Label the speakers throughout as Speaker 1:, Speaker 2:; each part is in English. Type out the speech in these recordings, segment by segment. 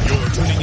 Speaker 1: plugged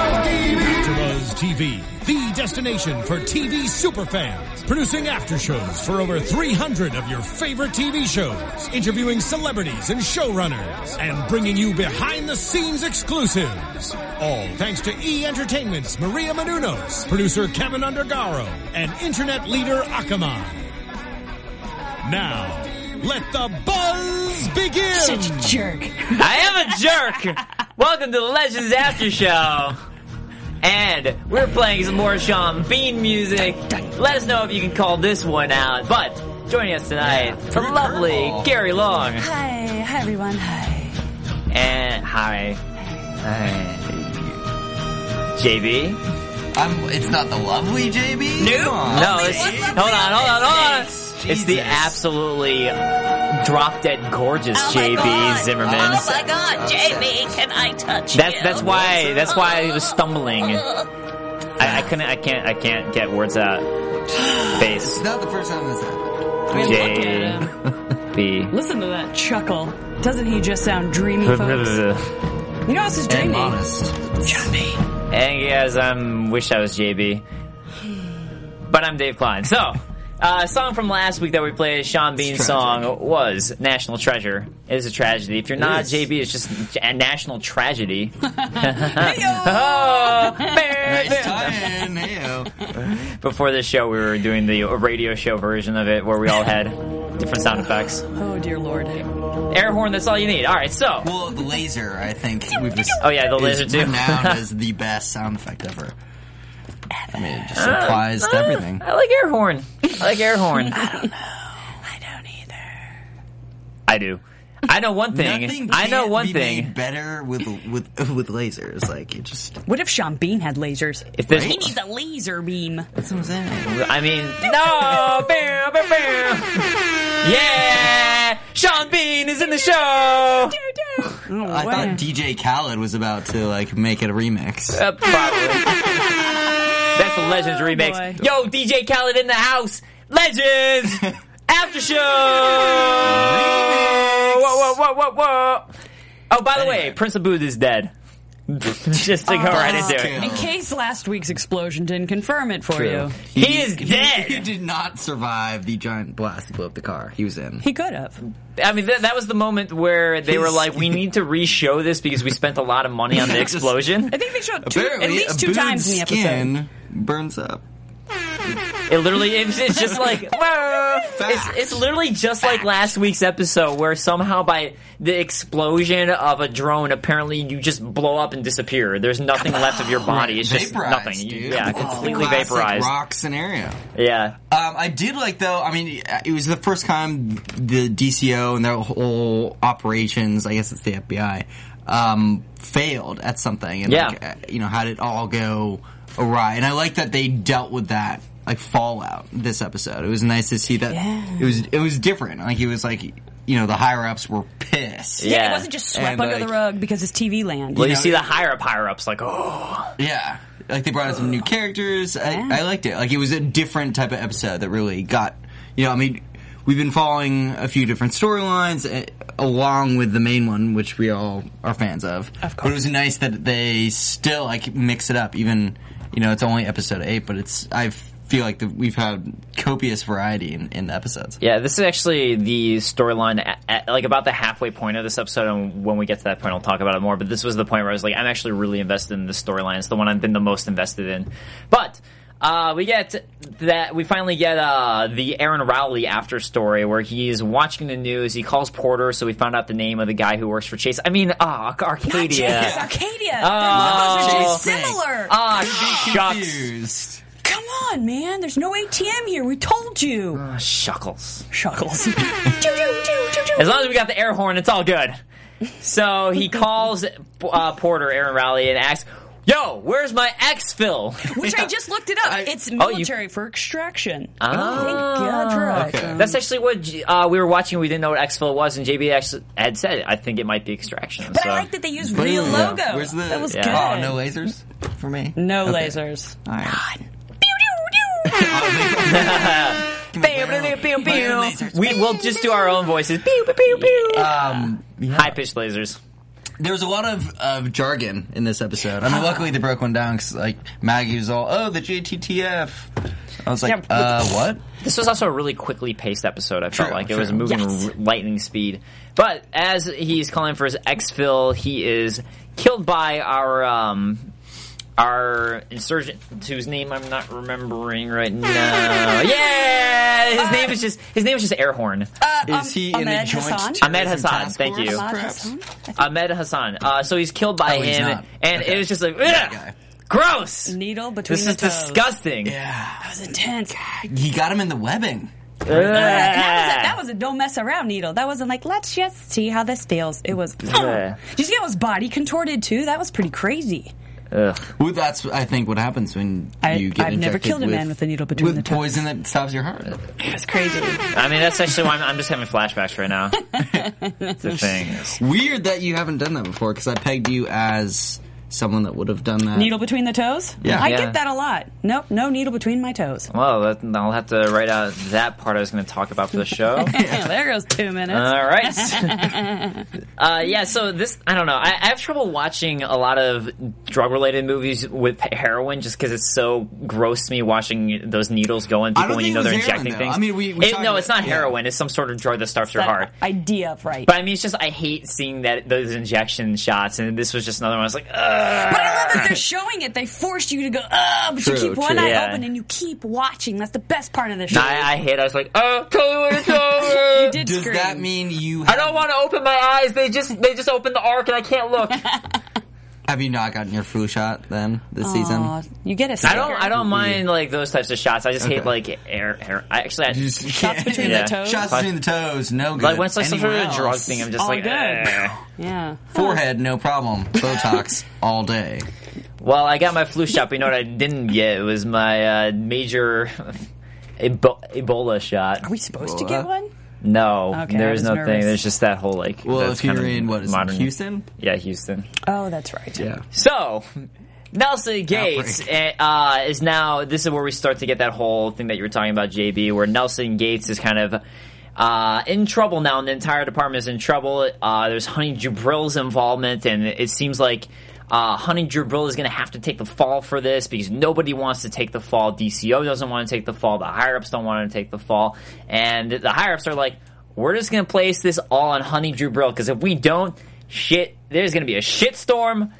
Speaker 1: AfterBuzz TV, the destination for TV superfans, producing aftershows for over 300 of your favorite TV shows, interviewing celebrities and showrunners, and bringing you behind-the-scenes exclusives. All thanks to E Entertainment's Maria Menounos, producer Kevin Undergaro, and internet leader Akamai. Now, let the buzz begin.
Speaker 2: Such a jerk.
Speaker 3: I am a jerk. Welcome to the Legends After Show. And we're playing some more Sean Bean music. Let us know if you can call this one out. But joining us tonight, the lovely Gary Long.
Speaker 2: Hi, hi everyone. Hi.
Speaker 3: And hi. Hi. JB?
Speaker 4: I'm, it's not the lovely JB.
Speaker 3: No, it's,
Speaker 2: What's
Speaker 3: hold
Speaker 2: up,
Speaker 3: on, hold on, hold on. It's the
Speaker 4: Jesus.
Speaker 3: absolutely drop dead gorgeous
Speaker 2: Oh my
Speaker 3: JB
Speaker 2: God.
Speaker 3: Zimmerman.
Speaker 2: Oh my god, Jamie, can I touch
Speaker 3: That's
Speaker 2: you?
Speaker 3: that's why that's why I was stumbling. I, I couldn't I can't I can't get words out. Face
Speaker 4: It's not the first time this happened.
Speaker 3: J B.
Speaker 5: Listen to that chuckle. Doesn't he just sound dreamy, folks?
Speaker 3: And
Speaker 5: You know this is
Speaker 4: And
Speaker 5: dreamy.
Speaker 4: honest.
Speaker 3: yes, I um, wish I was JB, but I'm Dave Klein. So, uh, song from last week that we played, Sean Bean's
Speaker 4: tragic.
Speaker 3: song was "National Treasure." It is a tragedy. If you're not
Speaker 4: is.
Speaker 3: JB, it's just a national tragedy. Oh, man.
Speaker 4: Nice tie-in. Heyo.
Speaker 3: before this show, we were doing the radio show version of it where we all had different sound effects.
Speaker 5: Oh dear lord.
Speaker 3: Air horn, that's all you need. All right, so.
Speaker 4: Well, the laser, I think we've just.
Speaker 3: Oh, yeah, the
Speaker 4: is
Speaker 3: laser, too.
Speaker 4: renowned as the best sound effect ever. I mean, it just
Speaker 3: Ah.
Speaker 4: applies to everything.
Speaker 3: I like air horn. I like air horn. I don't know. I don't either. I do. I know one thing.
Speaker 4: Nothing
Speaker 3: I know
Speaker 4: can't
Speaker 3: one
Speaker 4: be
Speaker 3: thing.
Speaker 4: Made better with with with lasers, like it just.
Speaker 5: What if Sean Bean had lasers?
Speaker 3: If there's,
Speaker 5: He needs a laser beam.
Speaker 4: That's what I'm saying.
Speaker 3: I mean, no, bam, bam, bam. Yeah, Sean Bean is in the show.
Speaker 2: Oh,
Speaker 4: I thought DJ Khaled was about to like make it a remix.
Speaker 3: Uh, probably. That's the Legends remix.
Speaker 5: boy.
Speaker 3: Yo, DJ Khaled in the house. Legends after show. Whoa, whoa, whoa, whoa, whoa. Oh, by the way,
Speaker 4: Anyway.
Speaker 3: Prince of Booth is dead. Just to go right into it.
Speaker 4: Okay.
Speaker 5: In case last week's explosion didn't confirm it for you,
Speaker 3: He is
Speaker 4: He
Speaker 3: dead.
Speaker 4: did not survive the giant blast that blew up the car he was in.
Speaker 5: he could have.
Speaker 3: I mean, that, that was the moment where they were
Speaker 4: He's-
Speaker 3: like, "We need to re-show this because we spent a lot of money on the
Speaker 4: Just-
Speaker 3: explosion."
Speaker 5: I think they showed two,
Speaker 4: Apparently,
Speaker 5: at least
Speaker 4: a
Speaker 5: two
Speaker 4: Boone's
Speaker 5: times in the episode.
Speaker 4: Skin burns up.
Speaker 3: It literally, it's, it's just like, whoa. It's, it's literally just like last week's episode where somehow by the explosion of a drone, apparently you just blow up and disappear. There's nothing left of your body. It's just
Speaker 4: Oh, Vaporized,
Speaker 3: nothing. You-
Speaker 4: dude.
Speaker 3: Yeah,
Speaker 4: It's the
Speaker 3: completely
Speaker 4: classic
Speaker 3: vaporized.
Speaker 4: Rock scenario.
Speaker 3: Yeah.
Speaker 4: Um, I did like though. I mean, it was the first time the DCO and their whole operations. I guess it's the FBI um, failed at something, and
Speaker 3: Yeah.
Speaker 4: like, uh, you know had it all go awry. And I like that they dealt with that like fallout this episode. It was nice to see that it was it was different. Like it was like you know the higher ups were pissed.
Speaker 3: Yeah.
Speaker 5: Yeah, it wasn't just swept
Speaker 4: And,
Speaker 5: under
Speaker 4: like-
Speaker 5: the rug because it's TV land.
Speaker 3: Well, you,
Speaker 4: You know,
Speaker 3: see
Speaker 4: it-
Speaker 3: the higher up, higher ups, like, oh.
Speaker 4: Yeah. Like they brought in some new characters. I, I liked it. Like it was a different type of episode that really got, you know, I mean, we've been following a few different storylines eh, along with the main one, which we all are fans of. Of course. But it was nice that they still like mix it up. Even, you know, it's only episode eight, but it's, I feel like the, we've had copious variety in, in the episodes.
Speaker 3: Yeah, this is actually the storyline, at, at, like about the halfway point of this episode. And when we get to that point, I'll talk about it more. But this was the point where I was like, I'm actually really invested in this storyline. It's the one I've been the most invested in. But uh, we get that we finally get uh, the Aaron Rowley after story where he's watching the news. He calls Porter, so we found out the name of the guy who works for Chase. I mean, ah, Arcadia.
Speaker 5: It's Arcadia.
Speaker 3: Oh.
Speaker 5: Their laws are
Speaker 4: Jay
Speaker 5: just similar. Oh.
Speaker 3: Ah, shucks,
Speaker 4: Confused.
Speaker 5: Come on, man. There's no ATM here. We told you.
Speaker 3: Ah, shuckles.
Speaker 5: Shuckles. Choo, choo, choo, choo, choo.
Speaker 3: As long as we got the air horn, it's all good. So he calls uh, Porter, Aaron Rowley, and asks, Yo, where's my ex, Phil?
Speaker 5: Which I just looked it up.
Speaker 4: I-
Speaker 5: it's
Speaker 3: Oh, you-
Speaker 5: military for extraction.
Speaker 3: Ah.
Speaker 5: Thank God for
Speaker 4: Okay.
Speaker 5: Exxon.
Speaker 3: That's actually what uh, we were watching. We didn't know what Exfil was, and JB actually had said it. I think it might be Extraction.
Speaker 5: But
Speaker 3: so.
Speaker 5: I like that they used
Speaker 4: But-
Speaker 5: real
Speaker 4: yeah.
Speaker 5: logo.
Speaker 4: Where's the?
Speaker 5: that was
Speaker 3: Yeah.
Speaker 5: good.
Speaker 4: Oh, no lasers for me.
Speaker 5: No lasers.
Speaker 4: All right.
Speaker 3: we will just do our own voices. Pew, pew, pew, pew.
Speaker 4: Um,
Speaker 3: High pitched lasers.
Speaker 4: there was a lot of, of jargon in this episode. I mean, luckily they broke one down because like Maggie was all, "Oh, the JTTF." I was like,
Speaker 5: Yeah.
Speaker 4: "Uh, what?"
Speaker 3: This was also a really quickly paced episode. I felt
Speaker 4: True,
Speaker 3: like it
Speaker 4: true.
Speaker 3: was moving
Speaker 5: Yes.
Speaker 3: r- lightning speed. But as he's calling for his exfil, he is killed by our um, our insurgent, whose name I'm not remembering right now. yeah, his name is just his name is just Airhorn.
Speaker 5: Um,
Speaker 4: Is he in a
Speaker 5: Ahmed
Speaker 4: joint?
Speaker 5: Hassan?
Speaker 4: terrorism
Speaker 3: Ahmed Hassan,
Speaker 4: task
Speaker 3: thank
Speaker 4: force,
Speaker 3: you. Ahmed
Speaker 4: perhaps?
Speaker 3: Ahmed Hassan. Uh, so he's killed by
Speaker 4: Oh, he's
Speaker 3: him,
Speaker 4: not.
Speaker 3: and
Speaker 4: Okay.
Speaker 3: it was just like,
Speaker 4: That
Speaker 3: "Ugh,
Speaker 4: guy.
Speaker 3: gross.
Speaker 5: Needle between
Speaker 3: this
Speaker 5: the
Speaker 3: is
Speaker 5: toes.
Speaker 3: disgusting.
Speaker 5: That was intense.
Speaker 4: He got him in the webbing.
Speaker 5: And that, was a, that was a don't mess around needle. That wasn't like let's just see how this feels. It was.
Speaker 3: Yeah.
Speaker 5: Did you see how his body contorted too? That was pretty crazy.
Speaker 4: Well, that's I think what happens when
Speaker 5: I-
Speaker 4: you get
Speaker 5: I've never
Speaker 4: injected
Speaker 5: killed a
Speaker 4: with,
Speaker 5: man with a needle between
Speaker 4: with
Speaker 5: the toes.
Speaker 4: poison that stops your heart.
Speaker 5: It was crazy.
Speaker 3: I mean, that's actually why I'm, I'm just having flashbacks right now. the thing.
Speaker 4: Weird that you haven't done that before because I pegged you as someone that would have done that.
Speaker 5: needle between the toes.
Speaker 4: Yeah. Oh.
Speaker 5: I
Speaker 3: Yeah.
Speaker 5: get that a lot. Nope, no needle between my toes.
Speaker 3: Well, that, I'll have to write out that part I was going to talk about for the show.
Speaker 5: there goes two minutes.
Speaker 3: All right. uh, yeah, so this, I don't know. I, I have trouble watching a lot of drug related movies with heroin just because it's so gross to me watching those needles go in
Speaker 4: I
Speaker 3: people
Speaker 4: don't
Speaker 3: when you
Speaker 4: think
Speaker 3: know
Speaker 4: it
Speaker 3: they're
Speaker 4: was heroin,
Speaker 3: injecting
Speaker 4: though.
Speaker 3: things.
Speaker 4: I mean, we- we
Speaker 3: It-
Speaker 4: talked
Speaker 3: no,
Speaker 4: about-
Speaker 3: it's not
Speaker 4: yeah.
Speaker 3: heroin. It's some sort of drug that starves your
Speaker 5: That
Speaker 3: heart.
Speaker 5: idea of right.
Speaker 3: But I mean, it's just, I hate seeing that those injection shots, and this was just another one. I was like, ugh.
Speaker 5: But I love that they're showing it. They force you to go, ah, but
Speaker 4: True,
Speaker 5: you keep one
Speaker 4: true.
Speaker 5: eye
Speaker 3: Yeah.
Speaker 5: open and you keep watching. That's the best part of the show.
Speaker 3: I, I hate it. I was like, oh, tell me when it's over.
Speaker 5: you did
Speaker 4: Does
Speaker 5: scream.
Speaker 4: that mean you?
Speaker 3: I don't want to open my eyes. They just they just opened the arc and I can't look. I
Speaker 4: Have you not gotten your flu shot then this
Speaker 5: Aw,
Speaker 4: season?
Speaker 5: you get a sticker.
Speaker 3: don't I don't mind like those types of shots. I just hate
Speaker 4: Okay.
Speaker 3: like air air. I actually I,
Speaker 4: You just
Speaker 5: Shots
Speaker 4: can't-
Speaker 5: between
Speaker 3: Yeah.
Speaker 5: the toes.
Speaker 4: Shots between the toes. No good.
Speaker 3: like when it's like some sort
Speaker 4: Anywhere
Speaker 3: of drug
Speaker 4: else.
Speaker 3: thing. I'm just
Speaker 5: All
Speaker 3: like,
Speaker 5: good.
Speaker 3: eh.
Speaker 5: Yeah.
Speaker 4: Forehead, no problem. Botox all day.
Speaker 3: well, I got my flu shot. But you know what I didn't get? It was my uh, major. Ebo- Ebola shot.
Speaker 5: Are we supposed to get one?
Speaker 3: No,
Speaker 5: Okay,
Speaker 3: there
Speaker 5: I
Speaker 3: is
Speaker 5: was
Speaker 3: no thing.
Speaker 5: nervous.
Speaker 3: There's just that whole like.
Speaker 4: Well,
Speaker 3: that's
Speaker 4: if you're
Speaker 3: kind of
Speaker 4: in what is it,
Speaker 3: modern-
Speaker 4: Houston?
Speaker 3: Yeah, Houston.
Speaker 5: Oh, that's right.
Speaker 4: Yeah.
Speaker 3: So, Nelson Gates eh, uh, is now. This is where we start to get that whole thing that you were talking about, JB, where Nelson Gates is kind of. Uh, in trouble now, and the entire department is in trouble. Uh, there's Honey Jabril's involvement, and it seems like uh, Honey Jabril is going to have to take the fall for this because nobody wants to take the fall. DCO doesn't want to take the fall. The higher ups don't want to take the fall, and the higher ups are like, "We're just going to place this all on Honey Jabril because if we don't, shit, there's going to be a shit storm and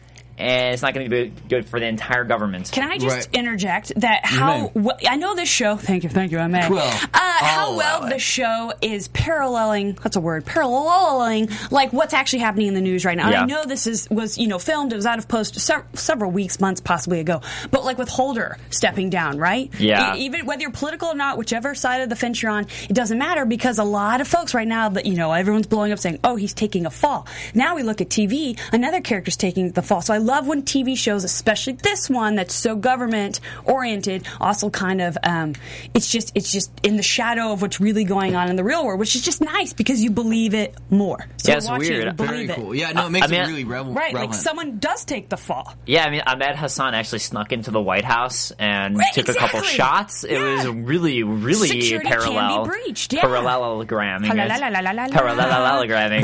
Speaker 3: Eh, it's not going to be good for the entire government.
Speaker 5: Can I just
Speaker 4: Right.
Speaker 5: interject that how
Speaker 4: may.
Speaker 5: wh- I know this show? Thank you, thank you. I may.
Speaker 4: Well,
Speaker 5: uh,
Speaker 4: I'll
Speaker 5: how
Speaker 4: allow
Speaker 5: well
Speaker 4: it.
Speaker 5: the show is paralleling. That's a word. Paralleling, like what's actually happening in the news right now. And
Speaker 3: Yeah.
Speaker 5: I know this is was you know filmed. It was out of post sev- several weeks, months, possibly ago. But like with Holder stepping down, right?
Speaker 3: Yeah.
Speaker 5: E- even whether you're political or not, whichever side of the fence you're on, it doesn't matter because a lot of folks right now that you know everyone's blowing up saying, "Oh, he's taking a fall." Now we look at TV, another character's taking the fall. So I love when TV shows, especially this one that's so government oriented, also kind of um, it's just it's just in the shadow of what's really going on in the real world, which is just nice because you believe it more. So
Speaker 3: Yeah, it's
Speaker 5: watching
Speaker 3: weird.
Speaker 5: it,
Speaker 3: Very
Speaker 5: believe
Speaker 4: Very
Speaker 5: it.
Speaker 4: cool. Yeah, no, it makes
Speaker 3: I mean,
Speaker 4: it really revel-
Speaker 5: Right,
Speaker 4: relevant.
Speaker 5: like someone does take the fall.
Speaker 3: Yeah, I mean, Ahmed Hassan actually snuck into the White House and
Speaker 5: Right,
Speaker 3: took a couple
Speaker 5: exactly.
Speaker 3: shots. It
Speaker 5: Yeah.
Speaker 3: was really, really
Speaker 5: Security can be
Speaker 3: parallel,
Speaker 5: breached, yeah.
Speaker 3: parallelogramming.
Speaker 5: Parallelogramming.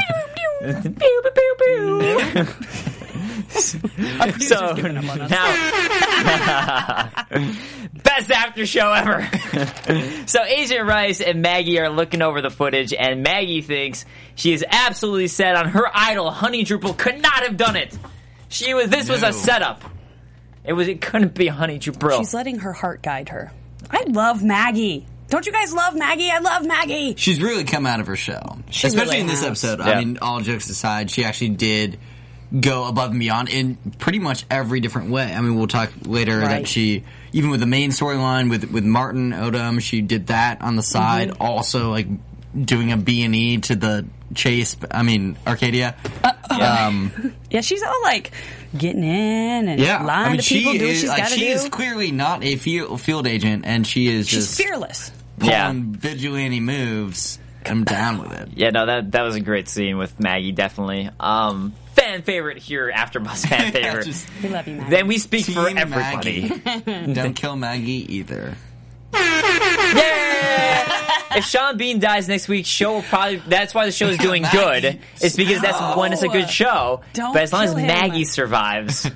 Speaker 3: It's Parallelogramming. Pew, pew, pew, pew. so now, best after show ever. so Agent Rice and Maggie are looking over the footage, and Maggie thinks she is absolutely set on her idol. Honey Drupal could not have done it. She was. This was
Speaker 4: No.
Speaker 3: a setup. It was. It couldn't be Honey Drupal.
Speaker 5: She's letting her heart guide her. I love Maggie. Don't you guys love Maggie? I love Maggie.
Speaker 4: She's really come out of her shell, especially
Speaker 5: really
Speaker 4: in this
Speaker 5: has.
Speaker 4: episode.
Speaker 3: Yeah.
Speaker 4: I mean, all jokes aside, she actually did go above and beyond in pretty much every different way. I mean, we'll talk later
Speaker 5: Right.
Speaker 4: that she even with the main storyline with with
Speaker 5: Mm-hmm.
Speaker 4: Martin Odom, she did that on the side, also like doing a B and E to the Chase. I mean Arcadia.
Speaker 5: Uh,
Speaker 4: um,
Speaker 5: Yeah, she's all like getting in and
Speaker 4: yeah,
Speaker 5: lying
Speaker 4: I mean
Speaker 5: to people,
Speaker 4: she
Speaker 5: doing what
Speaker 4: is
Speaker 5: she's
Speaker 4: like
Speaker 5: got to
Speaker 4: she
Speaker 5: do.
Speaker 4: is clearly not a field, field agent, and she is
Speaker 5: she's
Speaker 4: just
Speaker 5: fearless.
Speaker 4: pulling
Speaker 3: Yeah.
Speaker 4: vigilante moves. I'm down with it.
Speaker 3: Yeah, no, that that was a great scene with Maggie, definitely. Um, fan favorite here, after bus fan favorite.
Speaker 4: Just
Speaker 5: We love you, Matt.
Speaker 3: then we speak for
Speaker 4: Team
Speaker 3: everybody.
Speaker 4: don't kill Maggie either.
Speaker 3: if Sean Bean dies next week, show will probably. That's why the show is doing
Speaker 4: Maggie,
Speaker 3: good. It's because that's when it's a good show.
Speaker 5: Don't
Speaker 3: but as long as
Speaker 5: kill him.
Speaker 3: Maggie survives.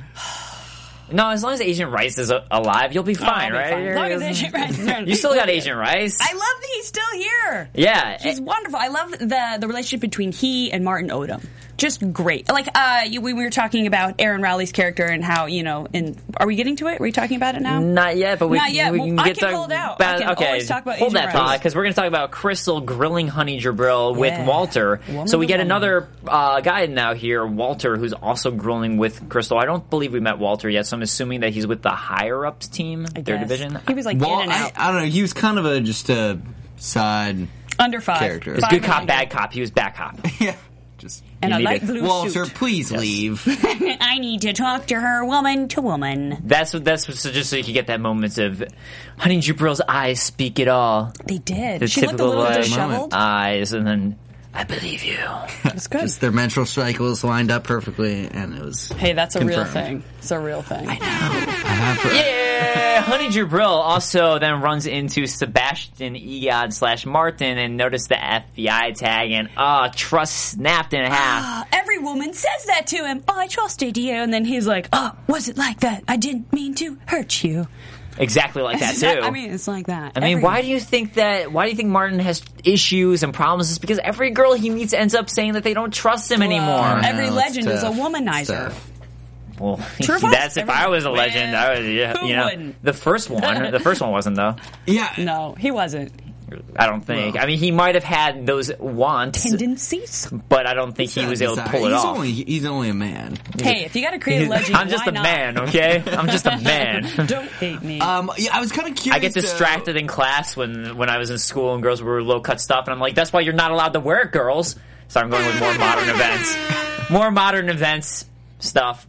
Speaker 3: No, as long as Agent Rice is a- alive, you'll be fine, right?
Speaker 5: As long as Agent Rice is around.
Speaker 3: you still got Agent Rice.
Speaker 5: I love that he's still here.
Speaker 3: yeah,
Speaker 5: He's wonderful. I love the the relationship between he and Martin Odom. Just great. Like uh, you, we were talking about Aaron Rowley's character and how you know. And are we getting to it? Are we talking about it now?
Speaker 3: Not yet, but we,
Speaker 5: Not yet.
Speaker 3: we
Speaker 5: Well,
Speaker 3: can
Speaker 5: I
Speaker 3: get
Speaker 5: can
Speaker 3: to
Speaker 5: hold out. I
Speaker 3: about-
Speaker 5: can
Speaker 3: okay,
Speaker 5: always talk about
Speaker 3: hold
Speaker 5: Agent
Speaker 3: that
Speaker 5: Rice.
Speaker 3: thought because we're going to talk about Crystal grilling Honey Jabril
Speaker 5: Yeah.
Speaker 3: with Walter.
Speaker 5: Woman
Speaker 3: so we
Speaker 5: to
Speaker 3: get
Speaker 5: woman.
Speaker 3: another uh, guy now here, Walter, who's also grilling with Crystal. I don't believe we met Walter yet, so I'm assuming that he's with the higher ups team,
Speaker 5: I
Speaker 3: their
Speaker 5: guess.
Speaker 3: division.
Speaker 5: He was like
Speaker 4: Well,
Speaker 5: in and
Speaker 4: I,
Speaker 5: out,
Speaker 4: I don't know. He was kind of a just a side.
Speaker 5: under five.
Speaker 4: character.
Speaker 5: Five
Speaker 4: It's
Speaker 3: good
Speaker 5: and
Speaker 3: cop,
Speaker 5: under.
Speaker 3: bad cop. He was bad cop.
Speaker 4: Yeah, just
Speaker 5: And I
Speaker 3: You need
Speaker 5: like
Speaker 3: it.
Speaker 5: blue
Speaker 4: Walter.
Speaker 5: suit.
Speaker 4: Please leave.
Speaker 5: I need to talk to her, woman to woman.
Speaker 3: That's what. That's what, so just so you can get that moment of Honey Jabril's eyes speak it all.
Speaker 5: They did.
Speaker 3: The
Speaker 5: she looked a
Speaker 3: typical
Speaker 5: little
Speaker 3: like,
Speaker 5: disheveled.
Speaker 3: eyes, and then I believe you. Ah,
Speaker 5: That's good.
Speaker 4: Just their menstrual cycles lined up perfectly, and it was.
Speaker 5: hey, that's a real
Speaker 4: confirmed.
Speaker 5: thing. It's a real thing.
Speaker 3: Yeah, Honey Jabril also then runs into Sebastian Egod slash Martin and noticed the FBI tag and uh trust snapped in half.
Speaker 5: Every woman says that to him. Oh, I trusted you, and then he's like, "Oh, was it like that? I didn't mean to hurt you."
Speaker 3: exactly like that too.
Speaker 5: I mean, it's like that.
Speaker 3: I mean, why do you think that? Why do you think Martin has issues and problems? Is because every girl he meets ends up saying that they don't trust him anymore.
Speaker 5: every legend is a womanizer.
Speaker 3: Well,
Speaker 5: True or false?
Speaker 3: that's if I was a legend. I was, yeah,
Speaker 5: Who
Speaker 3: you know,
Speaker 5: wouldn't?
Speaker 3: the first one. The first one wasn't though.
Speaker 4: Yeah.
Speaker 5: No, he wasn't.
Speaker 3: I don't think. I mean, he might have had those wants,
Speaker 5: Tendencies.
Speaker 3: but I don't think he was able to pull it
Speaker 4: he's
Speaker 3: off.
Speaker 4: Only, he's only a man.
Speaker 5: Hey, if you got to create a legend,
Speaker 3: I'm just
Speaker 5: why
Speaker 3: a
Speaker 5: not?
Speaker 3: man, okay? I'm just a man.
Speaker 5: Don't hate me.
Speaker 4: Um, yeah, I was kind of curious. uh,
Speaker 3: I get
Speaker 4: though-
Speaker 3: distracted in class when when I was in school and girls were low cut stuff, and I'm like, that's why you're not allowed to wear it, girls. So I'm going with more modern events, more modern events stuff.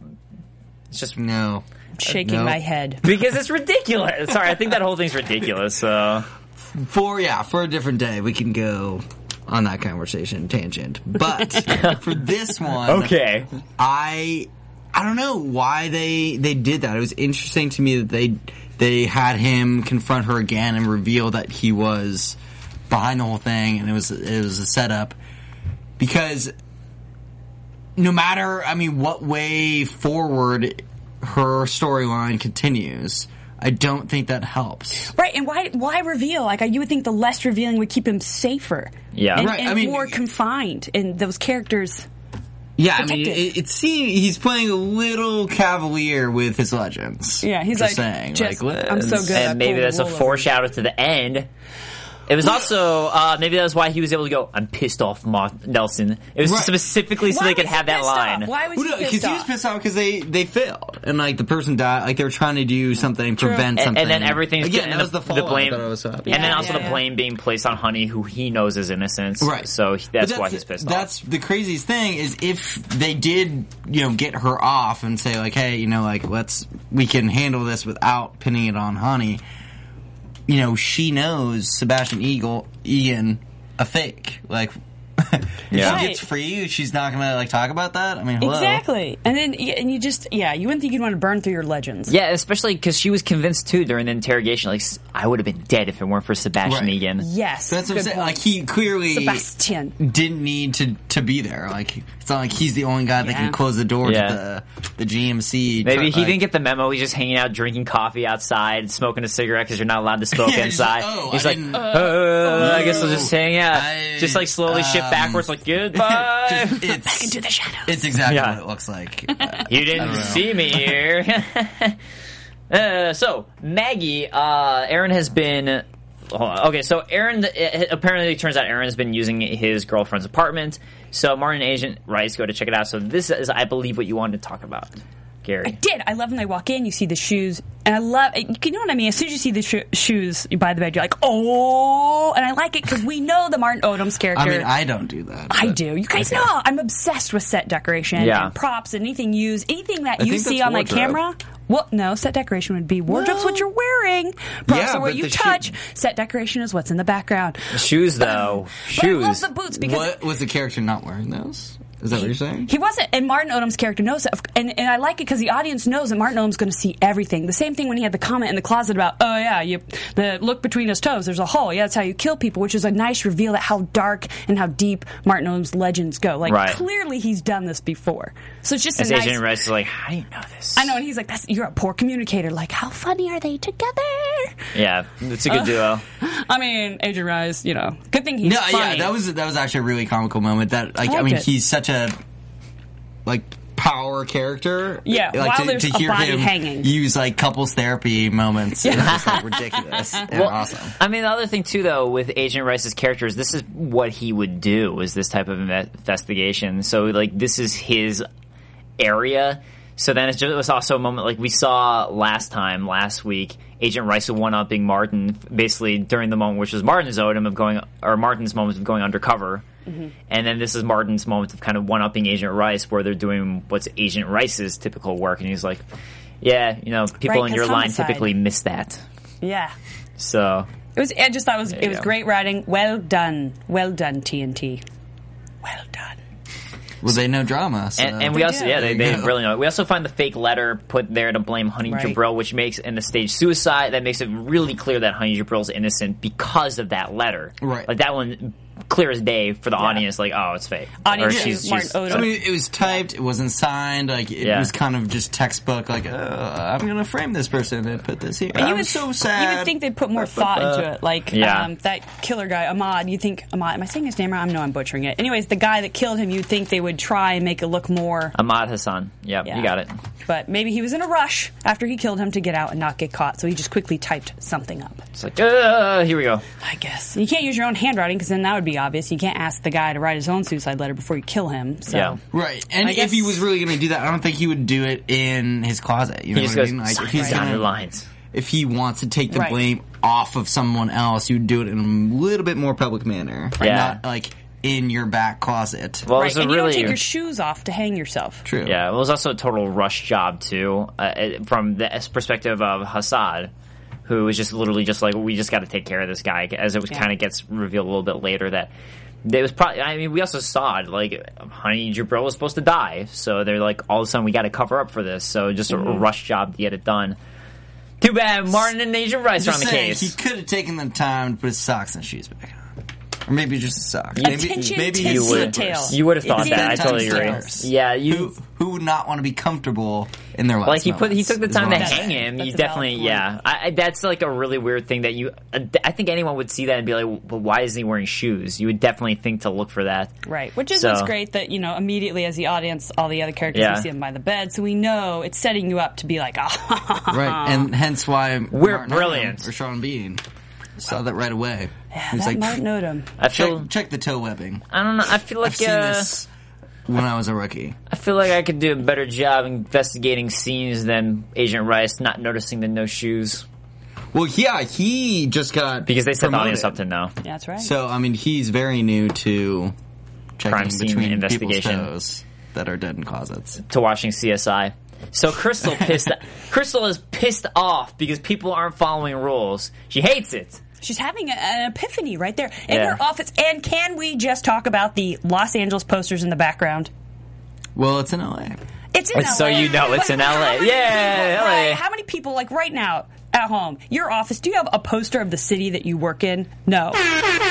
Speaker 3: It's just
Speaker 4: No.
Speaker 5: Shaking
Speaker 4: no.
Speaker 5: my head.
Speaker 3: because it's ridiculous. Sorry, I think that whole thing's ridiculous. So
Speaker 4: For yeah, for a different day, we can go on that conversation tangent. But for this one,
Speaker 3: okay,
Speaker 4: I I don't know why they they did that. It was interesting to me that they they had him confront her again and reveal that he was behind the whole thing and it was it was a setup because no matter I mean what way forward her storyline continues, I don't think that helps.
Speaker 5: Right, and why why reveal? Like you would think the less revealing would keep him safer.
Speaker 3: Yeah.
Speaker 5: and,
Speaker 3: Right,
Speaker 5: and
Speaker 4: I mean-
Speaker 5: more confined in those characters.
Speaker 4: Yeah, I mean,
Speaker 5: Protective.
Speaker 4: it, it seems he's playing a little cavalier with his legends.
Speaker 5: Yeah, he's
Speaker 4: Just
Speaker 5: like,
Speaker 4: saying,
Speaker 5: just-
Speaker 4: like,
Speaker 5: I'm so
Speaker 4: let's-
Speaker 5: good. I
Speaker 3: and maybe
Speaker 5: pulled
Speaker 3: that's
Speaker 5: the
Speaker 3: a
Speaker 5: wool over.
Speaker 3: foreshadow to the end. It was also uh, maybe that's why he was able to go. I'm pissed off, Ma- Nelson. It was
Speaker 4: Right.
Speaker 3: specifically so
Speaker 5: Why
Speaker 3: they could
Speaker 5: was he
Speaker 3: have that
Speaker 5: pissed off?
Speaker 3: line.
Speaker 5: Why was
Speaker 4: Well, no,
Speaker 5: he
Speaker 4: because
Speaker 5: pissed
Speaker 4: he was
Speaker 5: off?
Speaker 4: pissed off because they they failed, and like the person died. Like they were trying to do something, prevent
Speaker 3: And- and,
Speaker 4: something,
Speaker 3: then everything's
Speaker 4: again.
Speaker 3: and
Speaker 4: that
Speaker 3: the,
Speaker 4: was the,
Speaker 3: the
Speaker 4: fallout
Speaker 3: blame,
Speaker 4: that I was uh, up.
Speaker 3: and then
Speaker 5: Yeah,
Speaker 3: also
Speaker 5: yeah,
Speaker 3: the
Speaker 5: yeah.
Speaker 3: blame being placed on Honey, who he knows is innocent.
Speaker 4: Right.
Speaker 3: So he, that's,
Speaker 4: But
Speaker 3: why he's pissed
Speaker 4: That's the craziest thing is if they did, you know, get her off and say like, hey, you know, like let's we can handle this without pinning it on Honey. You know, she knows Sebastian Eagle Egan a fake. Like, if
Speaker 3: Yeah.
Speaker 4: she gets
Speaker 5: Right.
Speaker 4: free, she's not gonna like talk about that. I mean, hello.
Speaker 5: Exactly, and then y- and you just yeah, you wouldn't think you'd want to burn through your legends.
Speaker 3: off. Yeah, especially because she was convinced too during the interrogation. Like s- I would have been dead if it weren't for Sebastian
Speaker 4: Right.
Speaker 3: Egan.
Speaker 5: Yes,
Speaker 4: That's what
Speaker 5: good
Speaker 4: I'm saying.
Speaker 5: point.
Speaker 4: Like he clearly
Speaker 5: Sebastian.
Speaker 4: didn't need to to be there. Like it's not like he's the only guy that
Speaker 5: Yeah.
Speaker 4: can close the door
Speaker 3: Yeah.
Speaker 4: to the the GMC.
Speaker 3: Maybe
Speaker 4: truck,
Speaker 3: he
Speaker 4: like-
Speaker 3: didn't get the memo. He's just hanging out, drinking coffee outside, smoking a cigarette because you're not allowed to smoke
Speaker 4: Yeah, he's
Speaker 3: inside.
Speaker 4: like, "Oh,
Speaker 3: he's
Speaker 4: I
Speaker 3: like,
Speaker 4: didn't-
Speaker 3: "Uh, I guess I'll
Speaker 4: no.
Speaker 3: just hang out,
Speaker 4: I-
Speaker 3: just like slowly shift
Speaker 4: um,
Speaker 3: backwards, like goodbye.
Speaker 4: Just- it's, Back
Speaker 5: into the shadows.
Speaker 4: It's exactly
Speaker 3: Yeah.
Speaker 4: what it looks like. Uh,
Speaker 3: You didn't
Speaker 4: know.
Speaker 3: see me here. uh, so Maggie, uh, Aaron has been. Hold on. Okay, so Aaron it- apparently it turns out Aaron's been using his girlfriend's apartment. So Martin and Agent Rice go to check it out. So this is, I believe, what you wanted to talk about. Gary.
Speaker 5: I did. I love when they walk in. You see the shoes, and I love. You know what I mean. As soon as you see the sho- shoes, you buy the bed. You're like, oh, and I like it because we know the Martin Odom's character.
Speaker 4: I mean, I don't do that.
Speaker 5: I
Speaker 4: but-
Speaker 5: do. You guys know I'm obsessed with set decoration
Speaker 3: Yeah.
Speaker 5: and props and anything used, anything that
Speaker 4: I
Speaker 5: you
Speaker 4: think
Speaker 5: see
Speaker 4: that's
Speaker 5: on that camera.
Speaker 4: wardrobe.
Speaker 5: Well, no, set decoration would be wardrobes, what you're wearing. Props
Speaker 4: Yeah,
Speaker 5: are what
Speaker 4: but
Speaker 5: you
Speaker 4: the shoe-
Speaker 5: touch. set decoration is what's in the background.
Speaker 3: Shoes though.
Speaker 5: But I love
Speaker 3: Shoes.
Speaker 5: the boots because
Speaker 4: what was the character not wearing those? Is that what you're saying?
Speaker 5: He wasn't, and Martin Odom's character knows that, and, and I like it because the audience knows that Martin Odom's going to see everything. The same thing when he had the comment in the closet about, oh yeah, you the look between his toes, there's a hole. Yeah, that's how you kill people, which is a nice reveal at how dark and how deep Martin Odom's legends go. Like
Speaker 3: Right.
Speaker 5: clearly he's done this before, so it's just
Speaker 3: As
Speaker 5: a nice.
Speaker 3: Agent Rice is like, how do you know this?
Speaker 5: I know, and he's like, that's, "You're a poor communicator. Like, how funny are they together?"
Speaker 3: Yeah, it's a good duo.
Speaker 5: I mean, Agent Rise, you know, good thing he's
Speaker 4: No, yeah,
Speaker 5: funny.
Speaker 4: that was that was actually a really comical moment. That like, I,
Speaker 5: liked
Speaker 4: mean,
Speaker 5: it.
Speaker 4: he's such a like power character.
Speaker 5: Yeah,
Speaker 4: like,
Speaker 5: while there's a body hanging.
Speaker 4: use like couples therapy moments. Yeah. just, like, ridiculous and
Speaker 3: Well,
Speaker 4: awesome.
Speaker 3: I mean, the other thing too, though, with Agent Rice's characters, this is what he would do is this type of inve- investigation. So, like, this is his area. So then it's just, it was also a moment like we saw last time, last week. Agent Rice one upping Martin basically during the moment, which was Martin's odom of going or Martin's moment of going undercover. And then this is Martin's moment of kind of one upping Agent Rice, where they're doing what's Agent Rice's typical work, and he's like, "Yeah, you know, people
Speaker 5: Right,
Speaker 3: in your
Speaker 5: 'cause
Speaker 3: line
Speaker 5: homicide.
Speaker 3: typically miss that."
Speaker 5: yeah.
Speaker 3: So
Speaker 5: It was. I just thought it was. It
Speaker 3: you
Speaker 5: was
Speaker 3: go.
Speaker 5: great writing. Well done. Well done, TNT. Well done.
Speaker 4: Well, they know drama, so.
Speaker 3: and, and we also
Speaker 5: did.
Speaker 3: yeah they,
Speaker 4: There
Speaker 3: they
Speaker 4: you
Speaker 3: didn't
Speaker 4: go.
Speaker 3: really know it. We also find the fake letter put there to blame Honey
Speaker 5: Right.
Speaker 3: Jabril, which makes in the stage suicide that makes it really clear that Honey Jabril's innocent because of that letter.
Speaker 4: Right.
Speaker 3: like that one clear as day for the audience. Like oh, it's fake.
Speaker 5: Audience
Speaker 3: Or
Speaker 5: is
Speaker 3: she's-
Speaker 5: Martin
Speaker 3: she's-
Speaker 5: Odom.
Speaker 4: I mean, it was typed. It wasn't signed. Like it
Speaker 3: Yeah.
Speaker 4: was kind of just textbook. Like uh, I'm gonna frame this person and put this here.
Speaker 5: You
Speaker 4: I'm
Speaker 5: would-
Speaker 4: so sad.
Speaker 5: You would think they'd put more thought into it. Like
Speaker 3: Yeah.
Speaker 5: um, that killer guy, Ahmad. You think Ahmad? Am I saying his name right? I know I'm butchering it. Anyways, the guy that killed him, you'd think they would try and make it look more.
Speaker 3: Ahmad Hassan. Yep,
Speaker 5: Yeah.
Speaker 3: you got it.
Speaker 5: But maybe he was in a rush after he killed him to get out and not get caught, so he just quickly typed something up.
Speaker 3: It's like uh, here we go.
Speaker 5: I guess you can't use your own handwriting because then that would be obvious. You can't ask the guy to write his own suicide letter before you kill him. So.
Speaker 3: Yeah.
Speaker 4: Right, and
Speaker 5: I
Speaker 4: if
Speaker 5: guess-
Speaker 4: he was really going to do that, I don't think he would do it in his closet. You know
Speaker 3: He just
Speaker 4: what
Speaker 3: goes
Speaker 4: I mean? Like, if
Speaker 3: sign
Speaker 4: he's
Speaker 3: down
Speaker 4: gonna-
Speaker 3: your lines.
Speaker 4: if he wants to take the
Speaker 5: Right.
Speaker 4: blame off of someone else, you'd do it in a little bit more public manner, and
Speaker 3: Yeah.
Speaker 4: not like in your back closet.
Speaker 3: Well, it
Speaker 5: Right,
Speaker 3: was a
Speaker 5: and you
Speaker 3: really
Speaker 5: don't take your shoes off to hang yourself.
Speaker 4: True.
Speaker 3: Yeah, it was also a total rush job too, uh, it- from the s- perspective of Hassad, who was just literally just like, we just got to take care of this guy, as it was
Speaker 5: Yeah.
Speaker 3: kind of gets revealed a little bit later that. It was probably. I mean, we also saw it. Like, Honey Jabril was supposed to die, so they're like, all of a sudden, we got to cover up for this. So, just
Speaker 4: Mm-hmm.
Speaker 3: a rush job to get it done. Too bad Martin and Agent Rice are on
Speaker 4: Just
Speaker 3: the
Speaker 4: saying,
Speaker 3: case.
Speaker 4: he could have taken the time to put his socks and shoes back on, or maybe just his socks.
Speaker 5: Attention
Speaker 4: maybe
Speaker 5: to
Speaker 4: his
Speaker 5: detail.
Speaker 4: slippers.
Speaker 3: you would have thought
Speaker 5: Yeah,
Speaker 3: that. I totally
Speaker 5: sometimes
Speaker 3: agree.
Speaker 5: fails.
Speaker 3: Yeah, you.
Speaker 4: Who, who would not want to be comfortable in their last
Speaker 3: like he put he
Speaker 4: moments,
Speaker 3: took the
Speaker 4: is
Speaker 3: time to
Speaker 4: what I'm saying.
Speaker 3: hang him
Speaker 5: That's
Speaker 3: you
Speaker 5: a valid
Speaker 3: definitely
Speaker 5: point.
Speaker 3: yeah I, I, that's like a really weird thing that you uh, I think anyone would see that and be like well why isn't he wearing shoes you would definitely think to look for that
Speaker 5: Right, which is
Speaker 3: So-
Speaker 5: what's great that you know immediately as the audience, all the other characters
Speaker 3: Yeah.
Speaker 5: we see them by the bed, so we know it's setting you up to be like, ah,
Speaker 4: Right, and hence why
Speaker 3: We're
Speaker 4: Martin Odom
Speaker 3: brilliant.
Speaker 4: Or Sean Bean saw that right away. Yeah,
Speaker 5: that Martin Odom.
Speaker 3: I feel
Speaker 4: check, check the toe webbing.
Speaker 3: I don't know I feel
Speaker 4: I've
Speaker 3: like
Speaker 4: seen
Speaker 3: uh,
Speaker 4: this when I was a rookie.
Speaker 3: I feel like I could do a better job investigating scenes than Agent Rice not noticing the no shoes
Speaker 4: Well, yeah, he just got
Speaker 3: because they set the
Speaker 4: promoted.
Speaker 3: audience up to know
Speaker 5: Yeah, that's right.
Speaker 4: So I mean, he's very new to checking
Speaker 3: Crime scene
Speaker 4: between
Speaker 3: investigation.
Speaker 4: people's toes that are dead in closets.
Speaker 3: to watching CSI. So Crystal pissed Crystal is pissed off because people aren't following rules she hates it
Speaker 5: She's having a, an epiphany right there in
Speaker 3: Yeah.
Speaker 5: her office. And can we just talk about the Los Angeles posters in the background?
Speaker 4: Well, it's in L.A.
Speaker 5: It's in LA.
Speaker 3: So you know it's in
Speaker 5: But
Speaker 3: LA.
Speaker 5: How many
Speaker 3: Yeah,
Speaker 5: people,
Speaker 3: LA.
Speaker 5: Right, how many people like right now at home, your office? Do you have a poster of the city that you work in? No.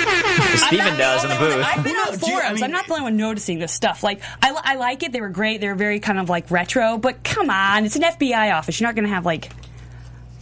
Speaker 3: Steven does in the booth
Speaker 5: I've been on
Speaker 4: do you- I
Speaker 5: forums. I
Speaker 4: mean-
Speaker 5: am not the only one noticing this stuff. Like, I, li- I like it. They were great. They were very kind of like retro. But come on, it's an FBI office. You're not going to have like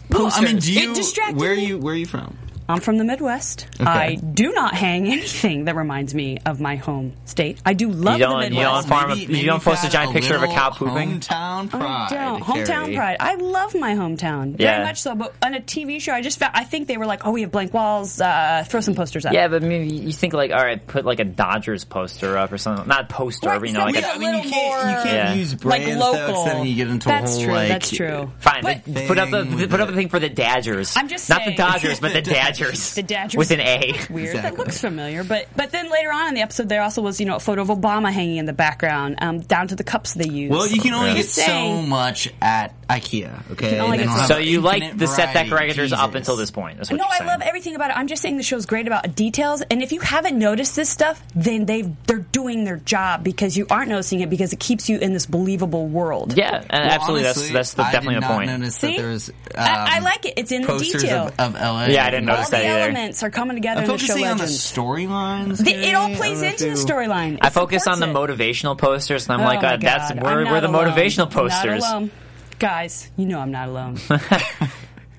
Speaker 5: posters.
Speaker 4: I mean, do
Speaker 5: It
Speaker 4: you?
Speaker 5: distracted
Speaker 4: Where are
Speaker 5: me.
Speaker 4: you? Where are you from?
Speaker 5: I'm from the Midwest. I do not hang anything that reminds me of my home state. I do love
Speaker 3: You
Speaker 5: the
Speaker 3: don't-
Speaker 5: Midwest.
Speaker 3: you don't farm a- you don't post a giant picture of a cow
Speaker 4: little
Speaker 3: pooping?
Speaker 4: Hometown
Speaker 5: I
Speaker 4: pride.
Speaker 5: don't. Hometown
Speaker 4: Carrie.
Speaker 5: pride. I love my hometown
Speaker 3: Yeah.
Speaker 5: very much so. But on a TV show, I just found, I think they were like, "Oh, we have blank walls. Uh, throw some posters up."
Speaker 3: Yeah, but maybe you think like, all right, put like a Dodgers poster up or something. Not poster,
Speaker 5: Right,
Speaker 3: you know, like
Speaker 5: something
Speaker 3: a
Speaker 5: that
Speaker 4: I mean, you
Speaker 5: little
Speaker 4: can't, you
Speaker 5: more,
Speaker 4: can't
Speaker 3: Yeah.
Speaker 4: use
Speaker 5: like
Speaker 4: brands though, 'cause
Speaker 5: local.
Speaker 4: then you get into a
Speaker 5: that's
Speaker 4: whole,
Speaker 5: true.
Speaker 4: like,
Speaker 5: that's true.
Speaker 3: Fine,
Speaker 5: But-
Speaker 3: but put up the
Speaker 4: Thing with
Speaker 3: put up
Speaker 4: it.
Speaker 3: the thing for the Dodgers.
Speaker 5: I'm just
Speaker 3: not the
Speaker 5: saying.
Speaker 3: Dodgers, but the Dodgers.
Speaker 5: The Dodgers.
Speaker 3: with an A.
Speaker 5: Weird. That
Speaker 4: Exactly.
Speaker 5: looks familiar, but but then later on in the episode, there also was you know a photo of Obama hanging in the background, um, down to the cups they use.
Speaker 4: Well, you can only
Speaker 5: I'm
Speaker 4: get
Speaker 5: just saying.
Speaker 4: so much at IKEA. Okay,
Speaker 5: only
Speaker 4: They
Speaker 5: get
Speaker 4: don't
Speaker 5: so
Speaker 4: have
Speaker 3: So you like
Speaker 4: infinite
Speaker 3: the set
Speaker 4: variety.
Speaker 3: decorators up
Speaker 4: Jesus.
Speaker 3: until this point? That's what
Speaker 5: No,
Speaker 3: you're
Speaker 5: I
Speaker 3: saying.
Speaker 5: love everything about it. I'm just saying the show's great about details. And if you haven't noticed this stuff, then they they're doing their job because you aren't noticing it because it keeps you in this believable world.
Speaker 3: Yeah, and
Speaker 4: Well,
Speaker 3: absolutely. that's
Speaker 4: honestly,
Speaker 3: that's the,
Speaker 4: I
Speaker 3: definitely
Speaker 4: did
Speaker 3: the
Speaker 4: not
Speaker 3: point.
Speaker 4: Notice
Speaker 5: See?
Speaker 4: that there was, um,
Speaker 5: I- I like it. It's in the
Speaker 4: posters
Speaker 5: detail.
Speaker 4: Of, of LA.
Speaker 3: Yeah, I didn't
Speaker 5: All the
Speaker 3: notice that either.
Speaker 5: elements are coming together
Speaker 4: I'm
Speaker 5: in the show
Speaker 4: focusing on the
Speaker 5: legends.
Speaker 4: storylines.
Speaker 5: The- it all
Speaker 4: Carrie.
Speaker 5: plays
Speaker 4: I don't
Speaker 5: into
Speaker 4: know
Speaker 5: the
Speaker 4: if you-
Speaker 5: storyline. It
Speaker 3: I focus
Speaker 5: supports
Speaker 3: on the
Speaker 5: it.
Speaker 3: motivational posters, and I'm
Speaker 5: Oh
Speaker 3: like,
Speaker 5: my
Speaker 3: uh, that's
Speaker 5: God,
Speaker 3: where
Speaker 5: I'm
Speaker 3: where
Speaker 5: not
Speaker 3: the
Speaker 5: alone.
Speaker 3: motivational
Speaker 5: Not
Speaker 3: posters.
Speaker 5: alone. Guys, you know I'm not alone.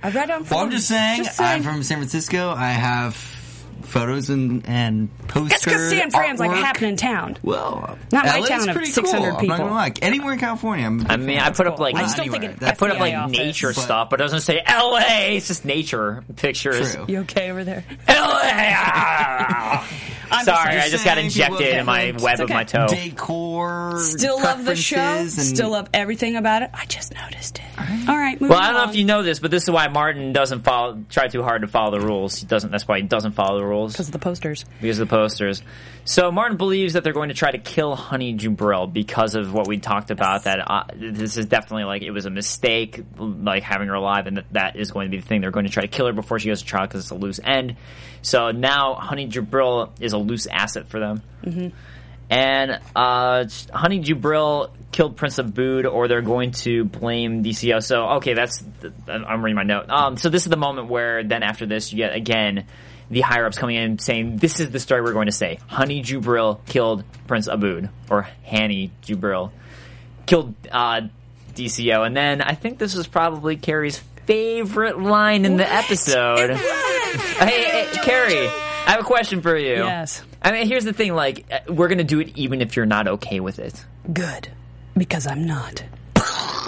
Speaker 5: I read on.
Speaker 4: Well, I'm just saying, I'm from San Francisco. I have photos and and posters.
Speaker 5: That's because San Fran's like a
Speaker 4: artwork.
Speaker 5: happening town.
Speaker 4: Well,
Speaker 5: Not my
Speaker 4: LA 's
Speaker 5: town of
Speaker 4: pretty
Speaker 5: 600
Speaker 4: cool. I'm not
Speaker 5: people.
Speaker 4: gonna lie. Anywhere in California, I'm a big
Speaker 3: I mean,
Speaker 4: fan.
Speaker 3: I put up like
Speaker 5: I just don't think
Speaker 4: anywhere.
Speaker 5: it.
Speaker 4: I
Speaker 3: I put up
Speaker 5: FBI
Speaker 3: like
Speaker 5: office.
Speaker 3: nature
Speaker 4: but-
Speaker 3: stuff, but it doesn't say L.A. It's just nature pictures.
Speaker 4: True.
Speaker 5: You okay over there?
Speaker 3: L.A.
Speaker 5: I'm
Speaker 3: Sorry,
Speaker 5: just-
Speaker 3: I just got
Speaker 4: saying people
Speaker 3: injected in my
Speaker 4: have
Speaker 3: web of
Speaker 5: okay.
Speaker 3: my toe.
Speaker 4: decor.
Speaker 5: Still love the show.
Speaker 4: preferences and-
Speaker 5: Still love everything about it. I just noticed it. All right. moving
Speaker 3: Well, I don't know
Speaker 5: along.
Speaker 3: if you know this, but this is why Martin doesn't follow, try too hard to follow the rules. He doesn't. That's why he doesn't follow the rules
Speaker 5: Because of the posters.
Speaker 3: because of the posters. So Martin believes that they're going to try to kill Honey Jubril because of what we talked about. That uh, this is definitely like it was a mistake, like having her alive, and that that is going to be the thing. They're going to try to kill her before she goes to trial because it's a loose end. So now Honey Jubril is a loose asset for them. And uh, Honey Jubril killed Prince of Bood, or they're going to blame DCO. So, okay, that's. I'm reading my note. Um, so, this is the moment where, then after this, you get again the higher ups coming in saying, This is the story we're going to say. Honey Jubril killed Prince Abood, or Hanny Jubril killed uh, DCO. And then I think this is probably Carrie's favorite line in the episode. Hey, hey, Carrie, I have a question for you.
Speaker 5: Yes.
Speaker 3: I mean, here's the thing: like, uh, we're gonna do it even if you're not okay with it.
Speaker 5: Good. Because I'm not.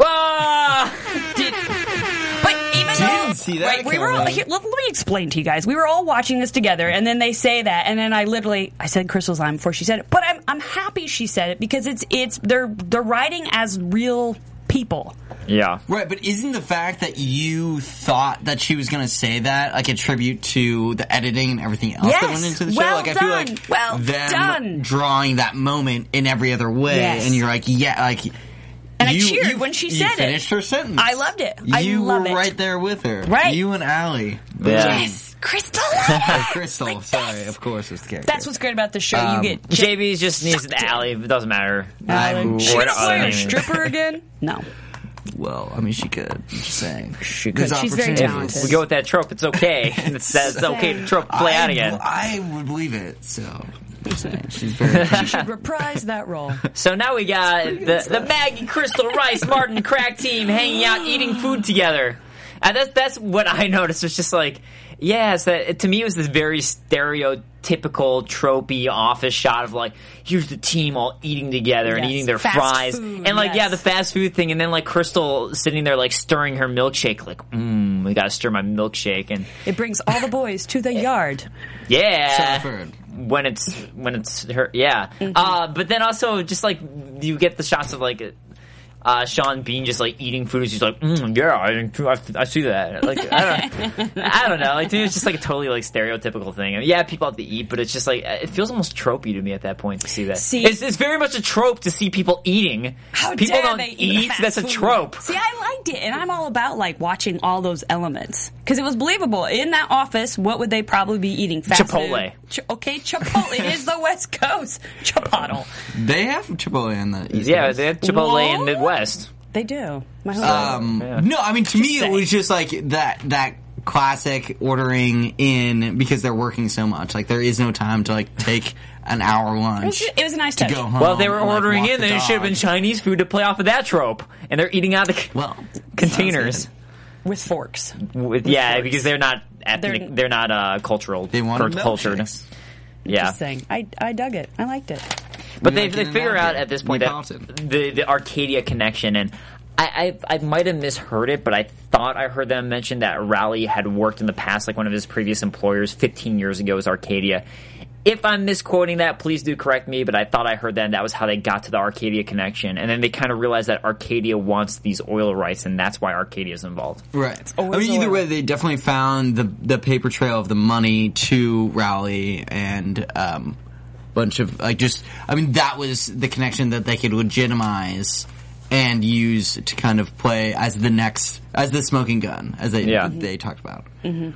Speaker 3: Ah!
Speaker 5: But even though
Speaker 4: Didn't see that
Speaker 5: right, we were all,
Speaker 4: coming.
Speaker 5: here, let, let me explain to you guys. We were all watching this together, and then they say that, and then I literally I said Crystal's line before she said it, but I'm I'm happy she said it because it's it's they're they're writing as real people.
Speaker 3: yeah.
Speaker 4: Right, but isn't the fact that you thought that she was going to say that like a tribute to the editing and everything else that
Speaker 5: Yes.
Speaker 4: went into the show?
Speaker 5: Well
Speaker 4: like I
Speaker 5: done.
Speaker 4: feel like
Speaker 5: Well
Speaker 4: them
Speaker 5: done.
Speaker 4: drawing that moment in every other way,
Speaker 5: Yes.
Speaker 4: and you're like, yeah, like.
Speaker 5: And I
Speaker 4: you-
Speaker 5: cheered
Speaker 4: you-
Speaker 5: when she
Speaker 4: you
Speaker 5: said it.
Speaker 4: Finished her sentence.
Speaker 5: I loved it. I
Speaker 4: you
Speaker 5: love
Speaker 4: were
Speaker 5: it.
Speaker 4: right there with her.
Speaker 5: Right.
Speaker 4: You and Allie.
Speaker 3: Yeah.
Speaker 5: Yes, Crystal.
Speaker 4: Or Crystal. sorry, of course, it's Carrie.
Speaker 5: That's what's great about the show. you get
Speaker 3: JB's just needs an alley. It doesn't matter.
Speaker 4: I'm-
Speaker 5: She's
Speaker 3: What
Speaker 5: not playing a
Speaker 3: other-
Speaker 5: stripper again. No,
Speaker 4: Well, I mean, she could. I'm just saying. She
Speaker 5: could. She's very talented.
Speaker 3: We go with that trope. It's okay. It's, that's okay to trope play out again.
Speaker 4: I would believe it. So she's very.
Speaker 5: she should reprise that role.
Speaker 3: So now we got the, the Maggie, Crystal, Rice, Martin, Crack team hanging out, eating food together. And that's that's what I noticed. It's just like, yeah, it's that, to me it was this very stereotypical tropey office shot of like, here's the team all eating together and
Speaker 5: Yes,
Speaker 3: eating their
Speaker 5: fast
Speaker 3: fries
Speaker 5: food,
Speaker 3: and like yeah
Speaker 5: yes.
Speaker 3: the fast food thing and then like Crystal sitting there like stirring her milkshake like, mmm, we gotta stir my milkshake and
Speaker 5: It brings all the boys to the yard.
Speaker 3: yeah
Speaker 4: Suffered.
Speaker 3: when it's when it's her yeah
Speaker 5: Mm-hmm.
Speaker 3: uh but then also just like you get the shots of like uh sean bean just like eating food and she's like mm, yeah I, I see that like i don't i don't know like to me it's just like a totally like stereotypical thing I mean, yeah people have to eat but it's just like it feels almost tropey to me at that point to see that
Speaker 5: See-
Speaker 3: it's, it's very much a trope to see people eating
Speaker 5: How
Speaker 3: people
Speaker 5: dare
Speaker 3: don't
Speaker 5: they
Speaker 3: eat
Speaker 5: fast
Speaker 3: that's a
Speaker 5: food.
Speaker 3: trope
Speaker 5: See, I liked it, and I'm all about like watching all those elements because it was believable. In that office, what would they probably be eating? Fast
Speaker 3: Chipotle.
Speaker 5: food? Ch- okay, Chipotle. it is the West Coast. Chipotle.
Speaker 4: They have Chipotle in the East
Speaker 3: yeah
Speaker 4: Coast.
Speaker 3: they had chipotle in
Speaker 5: What?
Speaker 3: midwest
Speaker 5: They do. My whole
Speaker 4: Um, No, I mean to me
Speaker 5: saying.
Speaker 4: it was just like that that classic ordering in because they're working so much. Like there is no time to like take an hour lunch.
Speaker 5: it, was, it was a nice
Speaker 4: to
Speaker 5: touch.
Speaker 4: go home.
Speaker 3: well, they were
Speaker 4: and, like,
Speaker 3: ordering
Speaker 4: walk
Speaker 3: in.
Speaker 4: the
Speaker 3: Then it should have
Speaker 4: dog.
Speaker 3: been Chinese food to play off of that trope, and they're eating out of the
Speaker 4: Well,
Speaker 3: containers.
Speaker 4: sounds
Speaker 5: with forks.
Speaker 3: With, yeah, because they're not ethnic.
Speaker 5: They're-
Speaker 3: They're, not uh, cultural.
Speaker 4: They want
Speaker 3: or
Speaker 4: milkshakes.
Speaker 3: cultured. Yeah,
Speaker 5: Just saying. I, I dug it. I liked it.
Speaker 3: but they,
Speaker 4: like
Speaker 3: they
Speaker 4: an
Speaker 3: figure out
Speaker 4: analogy.
Speaker 3: at this point that
Speaker 4: Neapolitan.
Speaker 3: the the Arcadia connection and. I, I, I might have misheard it, but I thought I heard them mention that Raleigh had worked in the past, like one of his previous employers 15 years ago, was Arcadia. If I'm misquoting that, please do correct me, but I thought I heard that and that was how they got to the Arcadia connection. And then they kind of realized that Arcadia wants these oil rights, and that's why Arcadia's involved.
Speaker 4: Right. I
Speaker 5: always
Speaker 4: mean, either
Speaker 5: oil.
Speaker 4: way, they definitely found the the paper trail of the money to Rowley and um, bunch of like just. I mean, that was the connection that they could legitimize and use to kind of play as the next as the smoking gun as they
Speaker 3: Yeah.
Speaker 4: they talked about.
Speaker 5: Mm-hmm.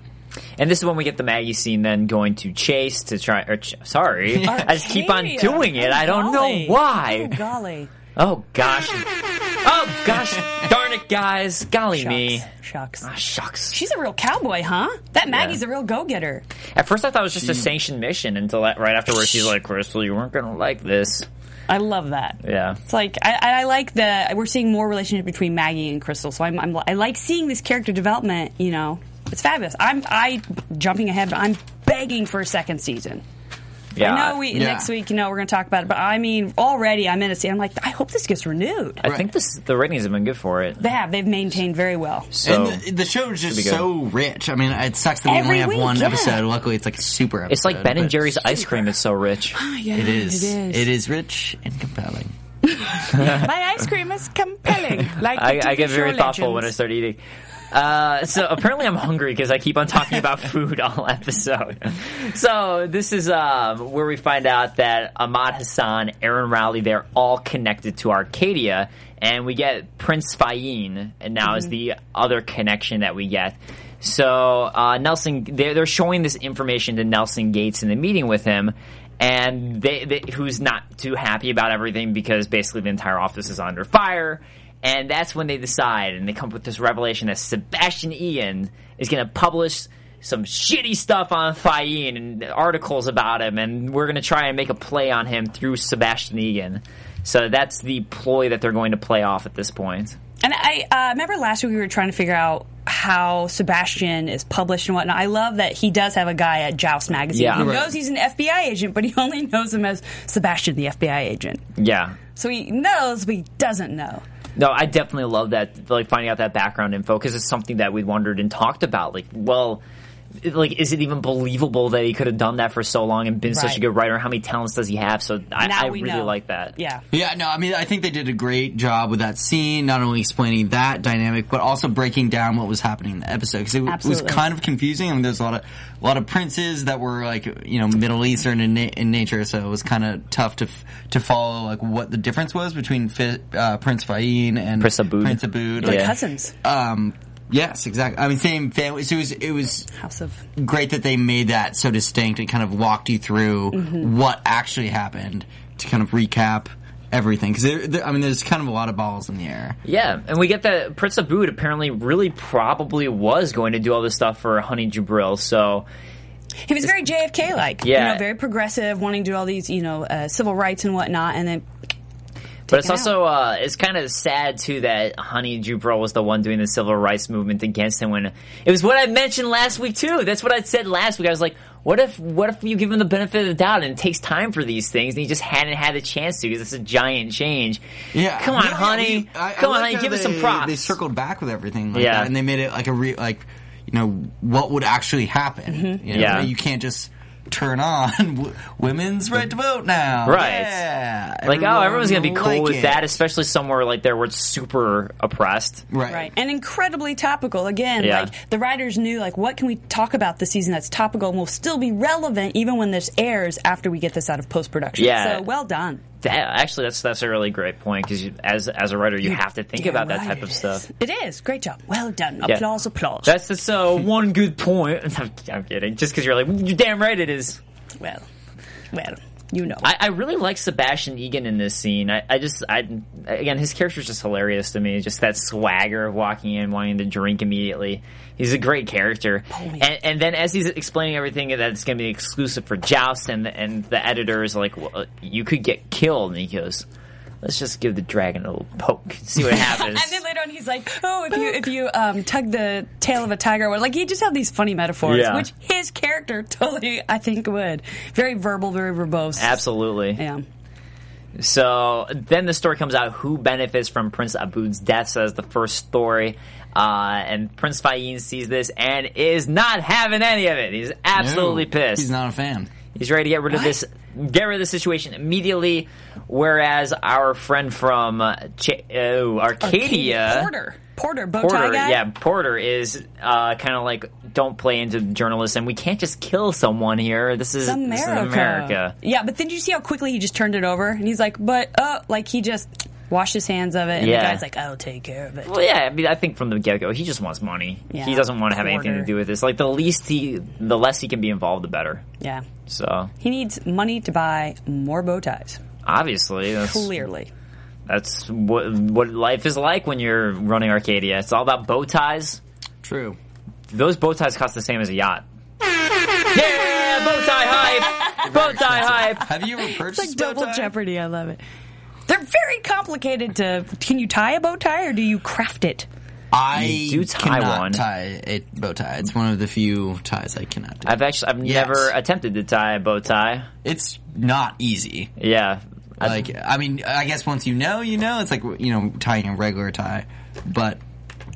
Speaker 3: And this is when we get the Maggie scene then going to Chase to try, or ch- sorry, I just keep on
Speaker 5: Arcadia.
Speaker 3: doing it.
Speaker 5: Oh,
Speaker 3: I don't
Speaker 5: golly.
Speaker 3: know why.
Speaker 5: Oh, golly.
Speaker 3: Oh gosh. Oh gosh. Darn it, guys. Golly
Speaker 5: Shucks.
Speaker 3: me.
Speaker 5: Shucks.
Speaker 3: Ah, shucks.
Speaker 5: She's a real cowboy, huh? That Maggie's
Speaker 3: Yeah.
Speaker 5: a real go-getter.
Speaker 3: At first, I thought it was just a sanctioned mission until that, right afterwards, she's like, Crystal, you weren't going to like this.
Speaker 5: I love that.
Speaker 3: Yeah.
Speaker 5: It's like I, I I like the we're seeing more relationship between Maggie and Crystal. So I'm, I'm I like seeing this character development. You know, it's fabulous. I'm I jumping ahead, but I'm begging for a second season.
Speaker 3: Yeah.
Speaker 5: I know we
Speaker 4: Yeah.
Speaker 5: next week. You know, we're going to talk about it, but I mean, already I'm in a scene. I'm like, I hope this gets renewed.
Speaker 3: I think this, the ratings have been good for it.
Speaker 5: They have. They've maintained very well.
Speaker 3: So
Speaker 4: and the, the show is
Speaker 3: be
Speaker 4: just
Speaker 3: good.
Speaker 4: so rich. I mean, it sucks that we
Speaker 5: Every
Speaker 4: only have
Speaker 5: week,
Speaker 4: one
Speaker 5: yeah.
Speaker 4: episode. Luckily, it's like a super episode.
Speaker 3: it's like Ben and
Speaker 4: but
Speaker 3: Jerry's ice cream is so rich.
Speaker 4: It is. It is rich and compelling.
Speaker 5: My ice cream is compelling. Like
Speaker 3: I, I get very thoughtful when I start eating. Uh, so apparently I'm hungry because I keep on talking about food all episode. So this is um, where we find out that Ahmad Hassan, Aaron Rowley, they're all connected to Arcadia, and we get Prince Fahim, and now is the other connection that we get. So uh, Nelson, they're, they're showing this information to Nelson Gates in the meeting with him, and they, they, who's not too happy about everything because basically the entire office is under fire. And that's when they decide, and they come up with this revelation that Sebastian Ian is going to publish some shitty stuff on Fayeen and articles about him, and we're going to try and make a play on him through Sebastian Ian. So that's the ploy that they're going to play off at this point.
Speaker 5: And I uh, remember last week we were trying to figure out how Sebastian is published and whatnot. I love that he does have a guy at Joust magazine
Speaker 3: Yeah.
Speaker 5: who
Speaker 3: Right.
Speaker 5: knows he's an FBI agent, but he only knows him as Sebastian, the FBI agent.
Speaker 3: Yeah.
Speaker 5: So he knows, but he doesn't know.
Speaker 3: No, I definitely love that, like finding out that background info because it's something that we wondered and talked about. Like, well, it- like, is it even believable that he could have done that for so long and been such
Speaker 5: Right.
Speaker 3: a good writer? How many talents does he have? So I,
Speaker 5: Now
Speaker 3: I
Speaker 5: we
Speaker 3: really
Speaker 5: know.
Speaker 3: like that.
Speaker 5: Yeah.
Speaker 4: Yeah, no, I mean, I think they did a great job with that scene, not only explaining that dynamic, but also breaking down what was happening in the episode because it, w- was
Speaker 5: Absolutely.
Speaker 4: kind of confusing. I mean, there's a lot of a lot of princes that were like you know Middle Eastern in, na- in nature, so it was kind of tough to f- to follow like what the difference was between fi- uh, Prince Fahim and
Speaker 3: Prince Abood.
Speaker 4: Prince Abood.
Speaker 3: They're
Speaker 4: Like,
Speaker 5: Cousins.
Speaker 4: um, yes, exactly. I mean, same family. So it was it was
Speaker 5: House of.
Speaker 4: great that they made that so distinct and kind of walked you through
Speaker 3: Mm-hmm.
Speaker 4: what actually happened to kind of recap everything because there, there, I mean there's kind of a lot of balls in the air.
Speaker 3: Yeah, and we get that Prince Abood apparently really probably was going to do all this stuff for Honey Jubril, so
Speaker 5: He was very JFK like. You
Speaker 3: Yeah.
Speaker 5: know, very progressive, wanting to do all these, you know, uh, civil rights and whatnot. And then
Speaker 3: But it's
Speaker 5: Taken
Speaker 3: also uh, it's kind of sad too that Honey Jubro was the one doing the civil rights movement against him. When it was what I mentioned last week too. That's what I said last week. I was like, what if what if you give him the benefit of the doubt and it takes time for these things and he just hadn't had a chance to because it's a giant change.
Speaker 4: Yeah,
Speaker 3: come on,
Speaker 4: No, yeah,
Speaker 3: Honey,
Speaker 4: we- I- I
Speaker 3: come on,
Speaker 4: like
Speaker 3: Honey,
Speaker 4: how
Speaker 3: give us
Speaker 4: they-
Speaker 3: some props.
Speaker 4: They circled back with everything, like
Speaker 3: Yeah.
Speaker 4: that, and they made it like a real like you know what would actually happen. You know,
Speaker 3: Yeah.
Speaker 4: you can't just turn on w- women's right to vote now,
Speaker 3: Right.
Speaker 4: Yeah,
Speaker 3: Like, oh, everyone's gonna be
Speaker 4: will
Speaker 3: cool
Speaker 4: like
Speaker 3: with
Speaker 4: it.
Speaker 3: that, especially somewhere like there where it's super oppressed.
Speaker 4: right?
Speaker 5: Right. And incredibly topical. Again,
Speaker 3: Yeah.
Speaker 5: like the writers knew like what can we talk about this season that's topical and will still be relevant even when this airs after we get this out of post production.
Speaker 3: Yeah.
Speaker 5: So well done.
Speaker 3: That, actually, that's that's a really great point because as as a writer, you have to think
Speaker 5: Damn
Speaker 3: about that
Speaker 5: right
Speaker 3: type
Speaker 5: it
Speaker 3: of
Speaker 5: is.
Speaker 3: stuff.
Speaker 5: It is. Great job. Well done.
Speaker 3: Yeah.
Speaker 5: Applause, applause.
Speaker 3: That's just uh, one good point. I'm, I'm kidding. Just because you're like, you're damn right it is.
Speaker 5: well, well, you know.
Speaker 3: I, I really like Sebastian Egan in this scene. I, I just, I again, his character's just hilarious to me. Just that swagger of walking in, wanting to drink immediately. He's a great character.
Speaker 5: Napoleon.
Speaker 3: And, and then as he's explaining everything that it's going to be exclusive for Joust, and and the editor is like, well, you could get killed, and he goes. let's just give the dragon a little poke, see what happens.
Speaker 5: And then later on, he's like, "Oh, if you if you um, tug the tail of a tiger, well, like he just had these funny metaphors,
Speaker 3: Yeah.
Speaker 5: which his character totally, I think, would very verbal, very verbose.
Speaker 3: Absolutely.
Speaker 5: Yeah.
Speaker 3: So then the story comes out who benefits from Prince Abud's death so that's the first story. Uh, and Prince Fahim sees this and is not having any of it. He's absolutely
Speaker 4: No,
Speaker 3: pissed.
Speaker 4: He's not a fan.
Speaker 3: He's ready to get rid of this, get rid of the situation immediately. Whereas our friend from uh, Ch- oh, Arcadia,
Speaker 5: Porter, Porter, bow tie
Speaker 3: Porter,
Speaker 5: guy.
Speaker 3: yeah, Porter is uh, kind of like don't play into journalists, and we can't just kill someone here. This is this is
Speaker 5: America.
Speaker 3: America.
Speaker 5: Yeah, but then did you see how quickly he just turned it over? And he's like, but, uh, like he just washed his hands of it. And
Speaker 3: Yeah.
Speaker 5: the guy's like, I'll take care of it.
Speaker 3: Well, yeah, I mean, I think from the get go, he just wants money.
Speaker 5: Yeah.
Speaker 3: He doesn't want to have anything to
Speaker 5: Porter.
Speaker 3: do with this. Like the least he, the less he can be involved, the better.
Speaker 5: Yeah.
Speaker 3: So
Speaker 5: He needs money to buy more bow ties.
Speaker 3: obviously, that's,
Speaker 5: Clearly.
Speaker 3: that's what what life is like when you're running Arcadia. It's all about bow ties.
Speaker 4: True.
Speaker 3: those bow ties cost the same as a yacht. Yeah, bow tie hype, bow tie hype.
Speaker 4: Have you ever purchased
Speaker 5: It's like double
Speaker 4: bow tie?
Speaker 5: jeopardy. I love it. They're very complicated to. Can you tie a bow tie or do you craft it?
Speaker 4: I
Speaker 3: You do tie
Speaker 4: cannot
Speaker 3: one.
Speaker 4: tie a bow tie. It's one of the few ties I cannot do.
Speaker 3: I've actually, I've
Speaker 4: Yes.
Speaker 3: never attempted to tie a bow tie.
Speaker 4: it's not easy.
Speaker 3: Yeah, I-
Speaker 4: Like, I mean, I guess once you know, you know. It's like you know, tying a regular tie, but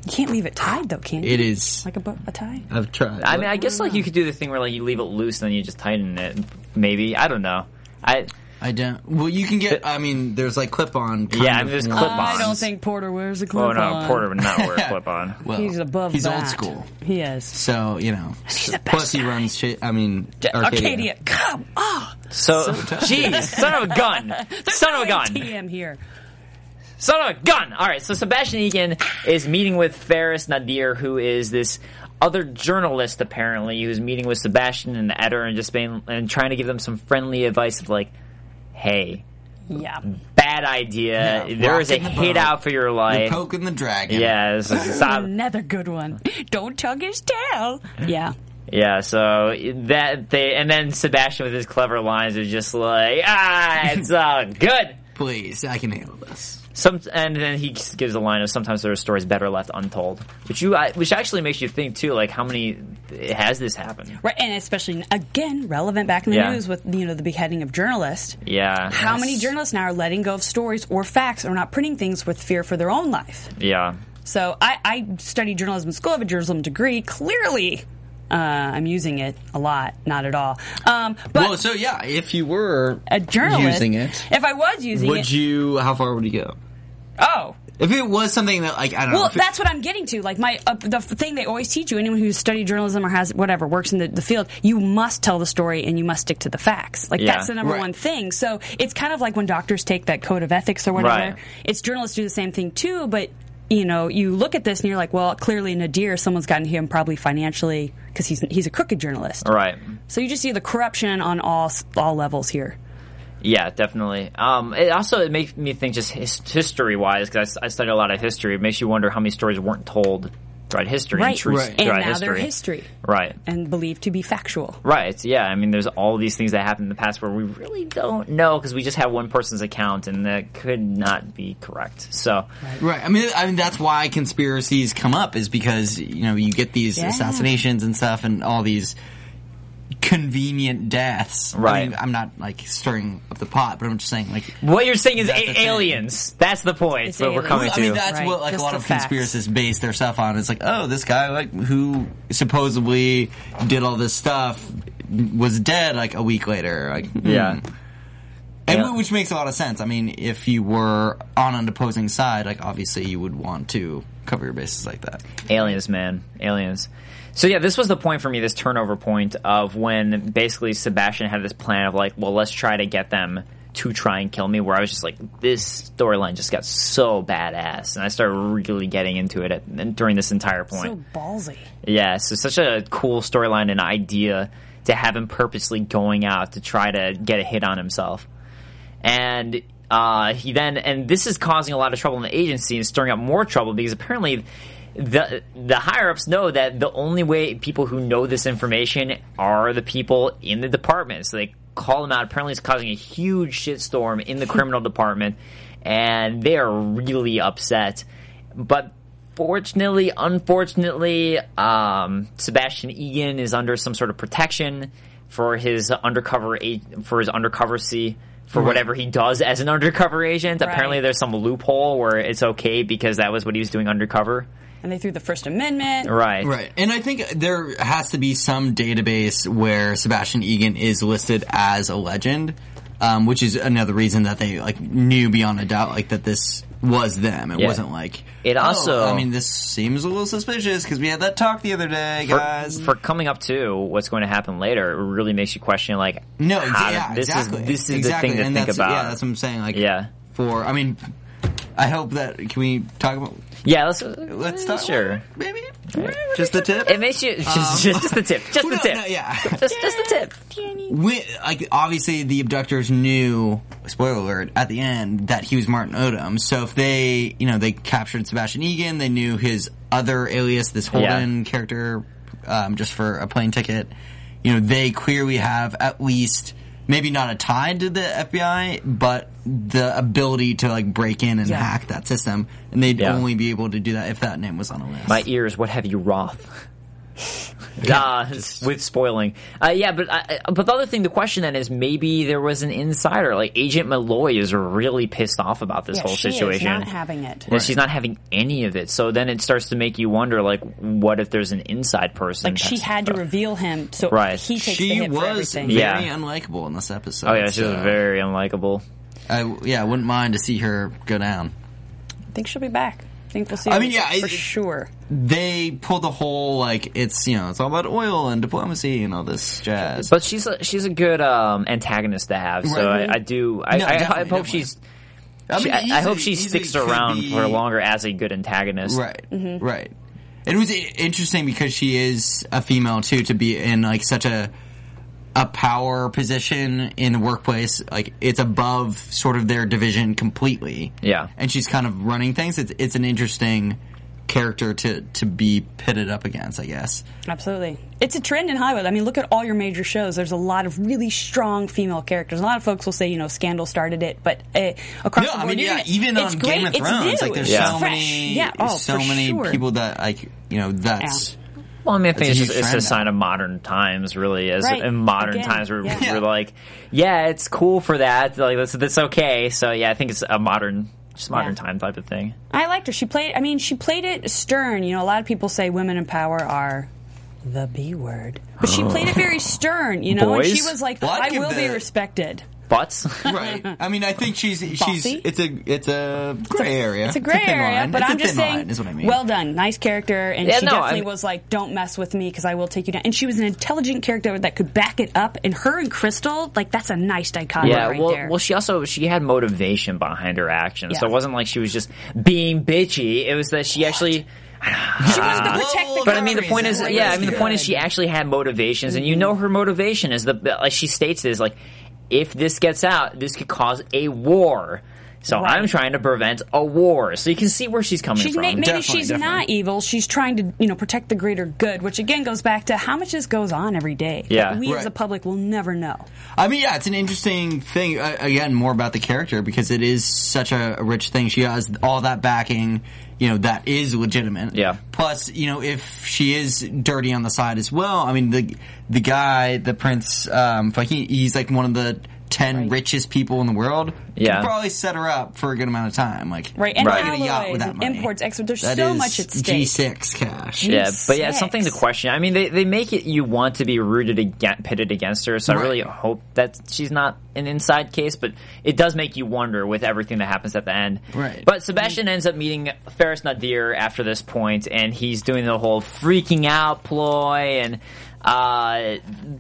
Speaker 5: You can't leave it tied though, can you?
Speaker 4: it is.
Speaker 5: like a, bow, a tie.
Speaker 4: I've tried.
Speaker 3: I mean, I guess like you could do the thing where like you leave it loose and then you just tighten it. Maybe I don't know. I
Speaker 4: I don't. Well, you can get. I mean, there's like clip-on. kind
Speaker 3: Yeah,
Speaker 4: of
Speaker 3: there's
Speaker 4: ones.
Speaker 3: clip-on.
Speaker 5: I don't think Porter wears a clip
Speaker 3: oh no, Porter would not wear a clip on.
Speaker 4: Well,
Speaker 5: He's above.
Speaker 4: He's
Speaker 5: that.
Speaker 4: old school,
Speaker 5: He is.
Speaker 4: so you know.
Speaker 5: the best
Speaker 4: Plus, he
Speaker 5: guy.
Speaker 4: runs. Shit, I mean,
Speaker 5: Arcadia, come on!
Speaker 3: So, jeez, son of a gun, son of a gun.
Speaker 5: TM here.
Speaker 3: Son of a gun! Alright, so Sebastian Egan is meeting with Ferris Nadir, who is this other journalist apparently, who's meeting with Sebastian and the editor and just being and trying to give them some friendly advice of like, hey,
Speaker 5: Yeah.
Speaker 3: bad idea.
Speaker 4: Yeah,
Speaker 3: there is a
Speaker 4: rock in the
Speaker 3: hit
Speaker 4: boat.
Speaker 3: out for your
Speaker 4: You're
Speaker 3: life.
Speaker 4: poking the dragon.
Speaker 3: Yeah, this is- stop.
Speaker 5: Another good one. Don't tug his tail. Yeah.
Speaker 3: Yeah, so that they and then Sebastian with his clever lines is just like, ah, it's all good.
Speaker 4: Please, I can handle this.
Speaker 3: Some and then he gives a line of sometimes there are stories better left untold, which you I- which actually makes you think too, like how many has this happened?
Speaker 5: Right, and especially again relevant back in the
Speaker 3: Yeah.
Speaker 5: news with you know the beheading of journalists.
Speaker 3: Yeah,
Speaker 5: How many journalists now are letting go of stories or facts or not printing things with fear for their own life?
Speaker 3: yeah,
Speaker 5: So I, I studied journalism in school. I have a journalism degree. Clearly, uh, I'm using it a lot. Not at all. Um, but
Speaker 4: Well, so yeah, if you were
Speaker 5: a journalist,
Speaker 4: using it,
Speaker 5: if I was using
Speaker 4: would
Speaker 5: it,
Speaker 4: you? How far would you go?
Speaker 5: oh.
Speaker 4: If it was something that, like, I don't know.
Speaker 5: Well,
Speaker 4: if it-
Speaker 5: that's what I'm getting to. Like my uh, the f- thing they always teach you, anyone who's studied journalism or has whatever works in the, the field, you must tell the story and you must stick to the facts. Like
Speaker 3: Yeah.
Speaker 5: that's the number
Speaker 4: Right.
Speaker 5: one thing. So it's kind of like when doctors take that code of ethics or whatever.
Speaker 3: Right.
Speaker 5: It's journalists do the same thing too, but you know, you look at this and you're like, well, clearly Nadir, someone's gotten him probably financially because he's he's a crooked journalist.
Speaker 3: right,
Speaker 5: So you just see the corruption on all s- all levels here.
Speaker 3: yeah, definitely. Um, it also it makes me think just his, history wise because I, study a lot of history. It makes you wonder how many stories weren't told throughout history,
Speaker 5: Right.
Speaker 3: and true
Speaker 4: Right.
Speaker 5: And
Speaker 3: throughout
Speaker 5: now
Speaker 3: history,
Speaker 5: they're history
Speaker 3: right?
Speaker 5: and believed to be factual.
Speaker 3: Right. Yeah. I mean, there's all these things that happened in the past where we really don't know because we just have one person's account, and that could not be correct. So,
Speaker 4: Right. I mean, I mean that's why conspiracies come up is because you know you get these
Speaker 5: Yeah.
Speaker 4: assassinations and stuff and all these convenient deaths. I
Speaker 3: Right.
Speaker 4: mean, I'm not like stirring up the pot, but I'm just saying like.
Speaker 3: what you're saying is
Speaker 4: That's
Speaker 3: a-
Speaker 4: the thing.
Speaker 3: aliens. That's the point.
Speaker 5: It's
Speaker 3: that we're
Speaker 5: aliens.
Speaker 3: coming
Speaker 4: I
Speaker 3: to.
Speaker 4: mean, that's
Speaker 5: Right.
Speaker 4: what like
Speaker 5: Just
Speaker 4: a lot
Speaker 5: the
Speaker 4: of
Speaker 5: facts.
Speaker 4: conspiracists base their stuff on. It's like, oh, this guy like who supposedly did all this stuff was dead like a week later. Like, hmm.
Speaker 3: yeah.
Speaker 4: And
Speaker 3: Yeah.
Speaker 4: wh- which makes a lot of sense. I mean, if you were on an opposing side, like obviously you would want to cover your bases like that.
Speaker 3: Aliens, man. Aliens. So yeah, this was the point for me, this turnover point of when basically Sebastian had this plan of like, well, let's try to get them to try and kill me, where I was just like, this storyline just got so badass, and I started really getting into it at, during this entire point.
Speaker 5: So ballsy.
Speaker 3: Yeah, so such a cool storyline and idea to have him purposely going out to try to get a hit on himself. And uh, he then, and this is causing a lot of trouble in the agency and stirring up more trouble because apparently the the higher ups know that the only way people who know this information are the people in the department. So they call him out. Apparently, it's causing a huge shitstorm in the criminal department, and they are really upset. But fortunately, unfortunately, um, Sebastian Egan is under some sort of protection for his undercover a- for his undercover C for whatever he does as an undercover agent. Apparently,
Speaker 5: Right.
Speaker 3: there's some loophole where it's okay because that was what he was doing undercover.
Speaker 5: and they threw the First Amendment.
Speaker 3: Right.
Speaker 4: Right. And I think there has to be some database where Sebastian Egan is listed as a legend, um, which is another reason that they like knew beyond a doubt like that this was them. It
Speaker 3: Yeah.
Speaker 4: wasn't like
Speaker 3: It
Speaker 4: "Oh,
Speaker 3: also-
Speaker 4: I mean, this seems a little suspicious because we had that talk the other day,
Speaker 3: For-
Speaker 4: guys.
Speaker 3: For, coming up to what's going to happen later, it really makes you question like,
Speaker 4: no, exa-
Speaker 3: how-
Speaker 4: yeah,
Speaker 3: this
Speaker 4: exactly.
Speaker 3: is this is
Speaker 4: exactly.
Speaker 3: the thing to
Speaker 4: and
Speaker 3: think
Speaker 4: that's,
Speaker 3: about.
Speaker 4: Yeah, that's what I'm saying. Like,
Speaker 3: Yeah.
Speaker 4: For I mean, I hope that can we talk about?
Speaker 3: Yeah, let's
Speaker 4: Let's
Speaker 3: uh,
Speaker 4: talk.
Speaker 3: Sure.
Speaker 4: Maybe just the tip.
Speaker 3: It makes you just, just the tip, just
Speaker 4: Um, Who
Speaker 3: the
Speaker 4: knows?
Speaker 3: tip,
Speaker 4: No, yeah.
Speaker 3: just, just the tip.
Speaker 4: we, like obviously the abductors knew spoiler alert at the end that he was Martin Odom. So if they, you know, they captured Sebastian Egan, they knew his other alias, this Holden character, um, just for a plane ticket. You know, they clearly have at least maybe not a tie to the FBI, but the ability to like break in and
Speaker 5: Yeah.
Speaker 4: hack that system, and they'd
Speaker 3: Yeah.
Speaker 4: only be able to do that if that name was on a list.
Speaker 3: My ears, what have you, Roth? uh, with spoiling, uh, yeah, but I, I- but the other thing, the question then is maybe there was an insider. Like Agent Malloy is really pissed off about this
Speaker 5: Yeah,
Speaker 3: whole
Speaker 5: she is
Speaker 3: situation.
Speaker 5: not having it.
Speaker 3: And she's not having any of it. So then it starts to make you wonder, like, what if there's an inside person?
Speaker 5: Like she
Speaker 3: that's-
Speaker 5: had to reveal him, so
Speaker 3: Right.
Speaker 5: he takes the
Speaker 4: she
Speaker 5: hit for
Speaker 4: was
Speaker 5: everything.
Speaker 4: very
Speaker 3: Yeah.
Speaker 4: unlikable in this episode.
Speaker 3: Oh yeah, she was
Speaker 4: so-
Speaker 3: very unlikable.
Speaker 4: I, yeah, I wouldn't mind to see her go down.
Speaker 5: I think she'll be back. I think we'll see.
Speaker 4: I
Speaker 5: her
Speaker 4: mean, yeah,
Speaker 5: for
Speaker 4: I-
Speaker 5: sure.
Speaker 4: They pull the whole like it's you know it's all about oil and diplomacy and all this jazz.
Speaker 3: But she's a, she's a good um, antagonist to have. So
Speaker 4: Right.
Speaker 3: I, I do. I,
Speaker 4: No,
Speaker 3: I, I hope
Speaker 4: definitely, definitely.
Speaker 3: she's.
Speaker 4: I, mean,
Speaker 3: she- I, I hope
Speaker 4: easily-
Speaker 3: she
Speaker 4: easily
Speaker 3: sticks
Speaker 4: could
Speaker 3: around
Speaker 4: be-
Speaker 3: for longer as a good antagonist.
Speaker 4: Right, right. It was i- interesting because she is a female too to be in like such a a power position in the workplace. Like it's above sort of their division completely.
Speaker 3: Yeah.
Speaker 4: and she's kind of running things. It's it's an interesting character to to be pitted up against, I guess.
Speaker 5: Absolutely. It's a trend in Hollywood. I mean, look at all your major shows. There's a lot of really strong female characters. A lot of folks will say, you know, Scandal started it, but uh, across
Speaker 4: No,
Speaker 5: the
Speaker 4: I
Speaker 5: board,
Speaker 4: mean,
Speaker 5: you're
Speaker 4: yeah,
Speaker 5: gonna-
Speaker 4: even
Speaker 5: it's
Speaker 4: on
Speaker 5: great.
Speaker 4: Game of
Speaker 5: it's
Speaker 4: Thrones,
Speaker 5: new.
Speaker 4: like there's
Speaker 5: It's
Speaker 4: so
Speaker 5: fresh.
Speaker 4: many,
Speaker 5: yeah, oh,
Speaker 4: so
Speaker 5: for
Speaker 4: many
Speaker 5: sure.
Speaker 4: people that like, you know, that's
Speaker 3: Well, I mean, I think
Speaker 4: a
Speaker 3: it's,
Speaker 4: huge
Speaker 3: just, it's a
Speaker 4: trend now.
Speaker 3: sign of modern times, really. As
Speaker 5: Right.
Speaker 3: in modern
Speaker 5: Again,
Speaker 3: times, we're,
Speaker 5: yeah.
Speaker 3: we're like, yeah, it's cool for that. Like that's that's okay. So yeah, I think it's a modern, just modern
Speaker 5: Yeah.
Speaker 3: time type of thing.
Speaker 5: I liked her. She played. I mean, she played it stern. You know, a lot of people say women in power are the B word, but she played it very stern. You know, and she
Speaker 3: Boys?
Speaker 5: was like,
Speaker 4: Oh. Well, I'd
Speaker 5: "I
Speaker 4: give
Speaker 5: will be
Speaker 4: the-
Speaker 5: respected."
Speaker 3: But
Speaker 4: right. I mean, I think she's she's
Speaker 5: Bossy?
Speaker 4: it's a it's a gray area.
Speaker 5: It's a gray
Speaker 4: thin
Speaker 5: area,
Speaker 4: line.
Speaker 5: but
Speaker 4: It's a
Speaker 5: I'm just
Speaker 4: thin
Speaker 5: saying,
Speaker 4: line, is what I mean.
Speaker 5: well done, nice character, and
Speaker 3: Yeah,
Speaker 5: she
Speaker 3: no,
Speaker 5: definitely
Speaker 3: I-
Speaker 5: was like, "Don't mess with me because I will take you down." And she was an intelligent character that could back it up. And her and Crystal, like, that's a nice dichotomy
Speaker 3: yeah,
Speaker 5: right
Speaker 3: well,
Speaker 5: there.
Speaker 3: well, she also she had motivation behind her actions. So
Speaker 5: Yeah.
Speaker 3: it wasn't like she was just being bitchy. It was that she actually.
Speaker 5: she wanted to
Speaker 4: Well,
Speaker 5: protect the.
Speaker 3: But I mean, the point is,
Speaker 4: Reason.
Speaker 3: yeah. I mean, the
Speaker 4: Good.
Speaker 3: point is, she actually had motivations, and you know, her motivation is the like she states is like, if this gets out, this could cause a war. So
Speaker 5: Right.
Speaker 3: I'm trying to prevent a war. So you can see where she's coming
Speaker 5: She's
Speaker 3: from.
Speaker 5: ma- maybe
Speaker 4: Definitely,
Speaker 5: she's
Speaker 4: definitely.
Speaker 5: not evil. She's trying to you know protect the greater good, which again goes back to how much this goes on every day.
Speaker 3: Yeah.
Speaker 5: that we
Speaker 4: Right.
Speaker 5: as the public will never know.
Speaker 4: I mean, yeah, it's an interesting thing. Uh, again, more about the character because it is such a, a rich thing. She has all that backing, you know, that is legitimate.
Speaker 3: Yeah.
Speaker 4: Plus, you know, if she is dirty on the side as well, I mean, the the guy, the prince, um, Fahim, he's like one of the ten richest people in the world.
Speaker 3: Yeah.
Speaker 4: Could probably set her up for a good amount of time. Like,
Speaker 5: Right, and
Speaker 4: not gonna
Speaker 5: alloys and imports, exports, there's
Speaker 4: That
Speaker 5: so
Speaker 4: is
Speaker 5: much at stake.
Speaker 4: G6 cash.
Speaker 3: Yeah, but yeah, it's something to
Speaker 5: Six.
Speaker 3: question. I mean, they, they make it you want to be rooted against, pitted against her. So I really hope that she's not an inside case, but it does make you wonder with everything that happens at the end.
Speaker 4: Right.
Speaker 3: But Sebastian ends up meeting Ferris Nadir after this point, and he's doing the whole freaking out ploy and. Uh,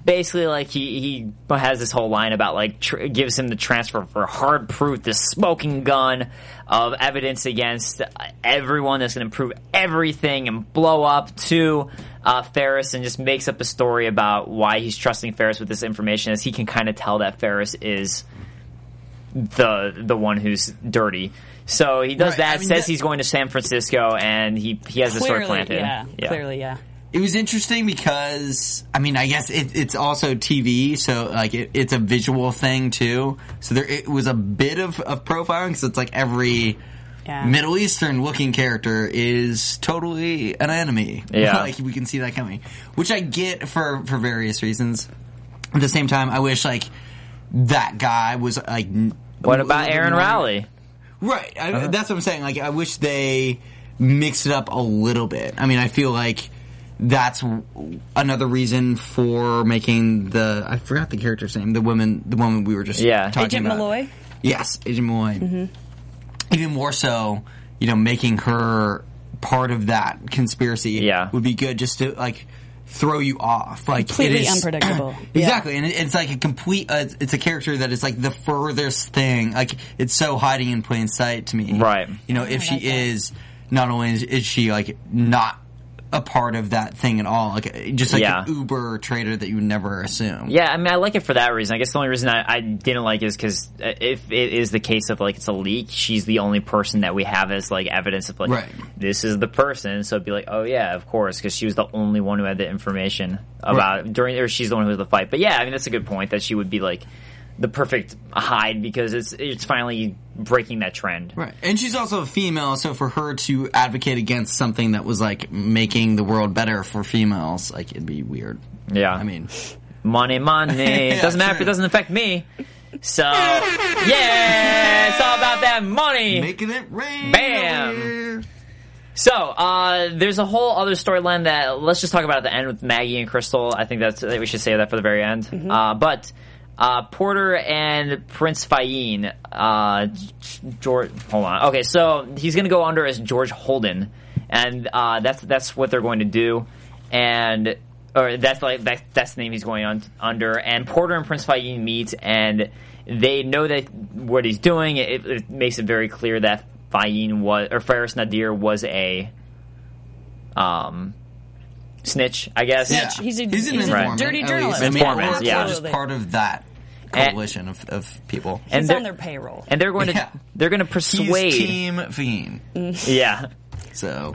Speaker 3: basically, like he he has this whole line about like tr- gives him the transfer for hard proof, this smoking gun of evidence against everyone that's going to prove everything and blow up to uh, Ferris and just makes up a story about why he's trusting Ferris with this information, as he can kind of tell that Ferris is the the one who's dirty. So he does
Speaker 4: Right,
Speaker 3: that,
Speaker 4: I mean,
Speaker 3: says
Speaker 4: that-
Speaker 3: he's going to San Francisco, and he he has this story
Speaker 5: Clearly,
Speaker 3: planted.
Speaker 5: yeah, clearly, yeah.
Speaker 4: it was interesting because I mean I guess it, it's also TV, so like it, it's a visual thing too. So there it was a bit of, of profiling because it's like every
Speaker 5: Yeah.
Speaker 4: Middle Eastern looking character is totally an enemy.
Speaker 3: Yeah.
Speaker 4: like we can see that coming, which I get for for various reasons. At the same time, I wish like that guy was like. n-
Speaker 3: What
Speaker 4: a
Speaker 3: about
Speaker 4: little
Speaker 3: Aaron
Speaker 4: more-
Speaker 3: Rowley?
Speaker 4: Right. I, That's what I'm saying. Like, I wish they mixed it up a little bit. I mean, I feel like that's w- another reason for making the I forgot the character's name. The woman, the woman we were just
Speaker 3: Yeah.
Speaker 4: talking
Speaker 5: Agent
Speaker 4: about.
Speaker 5: Malloy? Mm-hmm.
Speaker 4: Yes, Agent Malloy. Even more so, you know, making her part of that conspiracy.
Speaker 3: Yeah.
Speaker 4: would be good just to like throw you off. Like it
Speaker 5: Completely
Speaker 4: is-
Speaker 5: unpredictable. Yeah.
Speaker 4: exactly, and it, it's like a complete. Uh, it's a character that is like the furthest thing. Like it's so hiding in plain sight to me.
Speaker 3: Right.
Speaker 4: You know, if she is not only is, is she like not a part of that thing at all, like uh, just like
Speaker 3: Yeah.
Speaker 4: an Uber trader that you would never assume.
Speaker 3: Yeah, I mean, I like it for that reason. I guess the only reason I, I didn't like it is because if it is the case of like it's a leak, she's the only person that we have as like evidence of like
Speaker 4: Right.
Speaker 3: this is the person. So it'd be like, oh yeah, of course, because she was the only one who had the information about during, or she's the one who had the fight. But yeah, I mean, that's a good point that she would be like the perfect hide because it's it's finally breaking that trend.
Speaker 4: Right. And she's also a female, so for her to advocate against something that was like making the world better for females, like it'd be weird.
Speaker 3: Yeah,
Speaker 4: I mean,
Speaker 3: money, money. it doesn't matter if it
Speaker 4: true.
Speaker 3: doesn't affect me. So yeah, it's all about that money.
Speaker 4: making it rain.
Speaker 3: Bam!
Speaker 4: over here.
Speaker 3: So uh, there's a whole other storyline that let's just talk about at the end with Maggie and Crystal. I think that's we should save that for the very end. Uh, but uh, Porter and Prince Fayeen, uh, George. Hold on. Okay, so he's going to go under as George Holden, and uh, that's that's what they're going to do, and or that's like that, that's the name he's going on under. And Porter and Prince Fayeen meet, and they know that what he's doing. It, it makes it very clear that Fayeen was or Faris Nadir was a um snitch, I guess.
Speaker 4: Yeah.
Speaker 5: He's a-
Speaker 4: He's an
Speaker 5: he's a
Speaker 4: informant,
Speaker 5: dirty
Speaker 4: at
Speaker 5: journalist.
Speaker 4: least. I mean,
Speaker 3: Informant,
Speaker 4: or
Speaker 3: yeah.
Speaker 4: just part of that coalition of, of people.
Speaker 3: And
Speaker 5: It's
Speaker 3: they're,
Speaker 5: on their payroll.
Speaker 3: and they're going to
Speaker 4: Yeah.
Speaker 3: they're going to
Speaker 4: He's
Speaker 3: persuade.
Speaker 4: Team Fiend.
Speaker 3: Yeah.
Speaker 4: So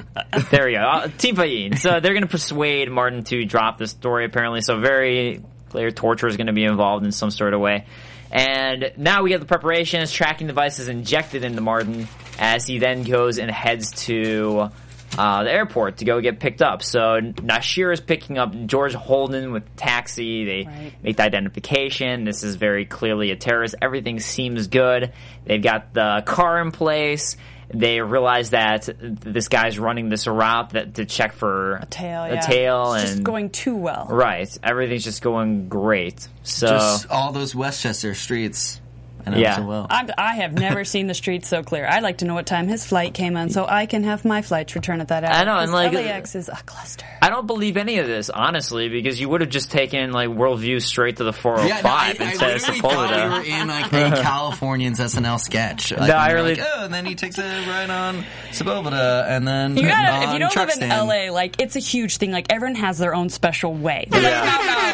Speaker 3: There we go. Uh, Team Fayeen. So they're going to persuade Martin to drop the story apparently. So very clear torture is going to be involved in some sort of way. And now we get the preparations, tracking devices injected into Martin as he then goes and heads to uh, the airport to go get picked up. So Nashir is picking up George Holden with taxi. They
Speaker 5: Right.
Speaker 3: make the identification. This is very clearly a terrorist. Everything seems good. They've got the car in place. They realize that th- this guy's running this route that to check for a
Speaker 5: tail, yeah.
Speaker 3: tail
Speaker 5: It's
Speaker 3: and
Speaker 5: just going too well.
Speaker 3: right. Everything's just going great. So
Speaker 4: just all those Westchester streets. I know
Speaker 3: Yeah.
Speaker 4: so well.
Speaker 5: I, I have never seen the streets so clear. I'd like to know what time his flight came on, so I can have my flights return at that hour.
Speaker 3: I know, and
Speaker 5: Because
Speaker 3: like-
Speaker 5: LAX is a cluster.
Speaker 3: I don't believe any of this, honestly, because you would have just taken like worldview straight to the
Speaker 4: Yeah,
Speaker 3: 405
Speaker 4: no, I, I
Speaker 3: instead of
Speaker 4: literally thought we were
Speaker 3: Sepulveda.
Speaker 4: in like a Californians SNL sketch. Like,
Speaker 3: No, I
Speaker 4: and you're
Speaker 3: really-
Speaker 4: Like, oh, and then he takes a ride on Sepulveda, and then
Speaker 5: You
Speaker 4: on
Speaker 5: gotta, if you don't
Speaker 4: truck
Speaker 5: live in
Speaker 4: stand.
Speaker 5: LA, like it's a huge thing. Like everyone has their own special way. Like,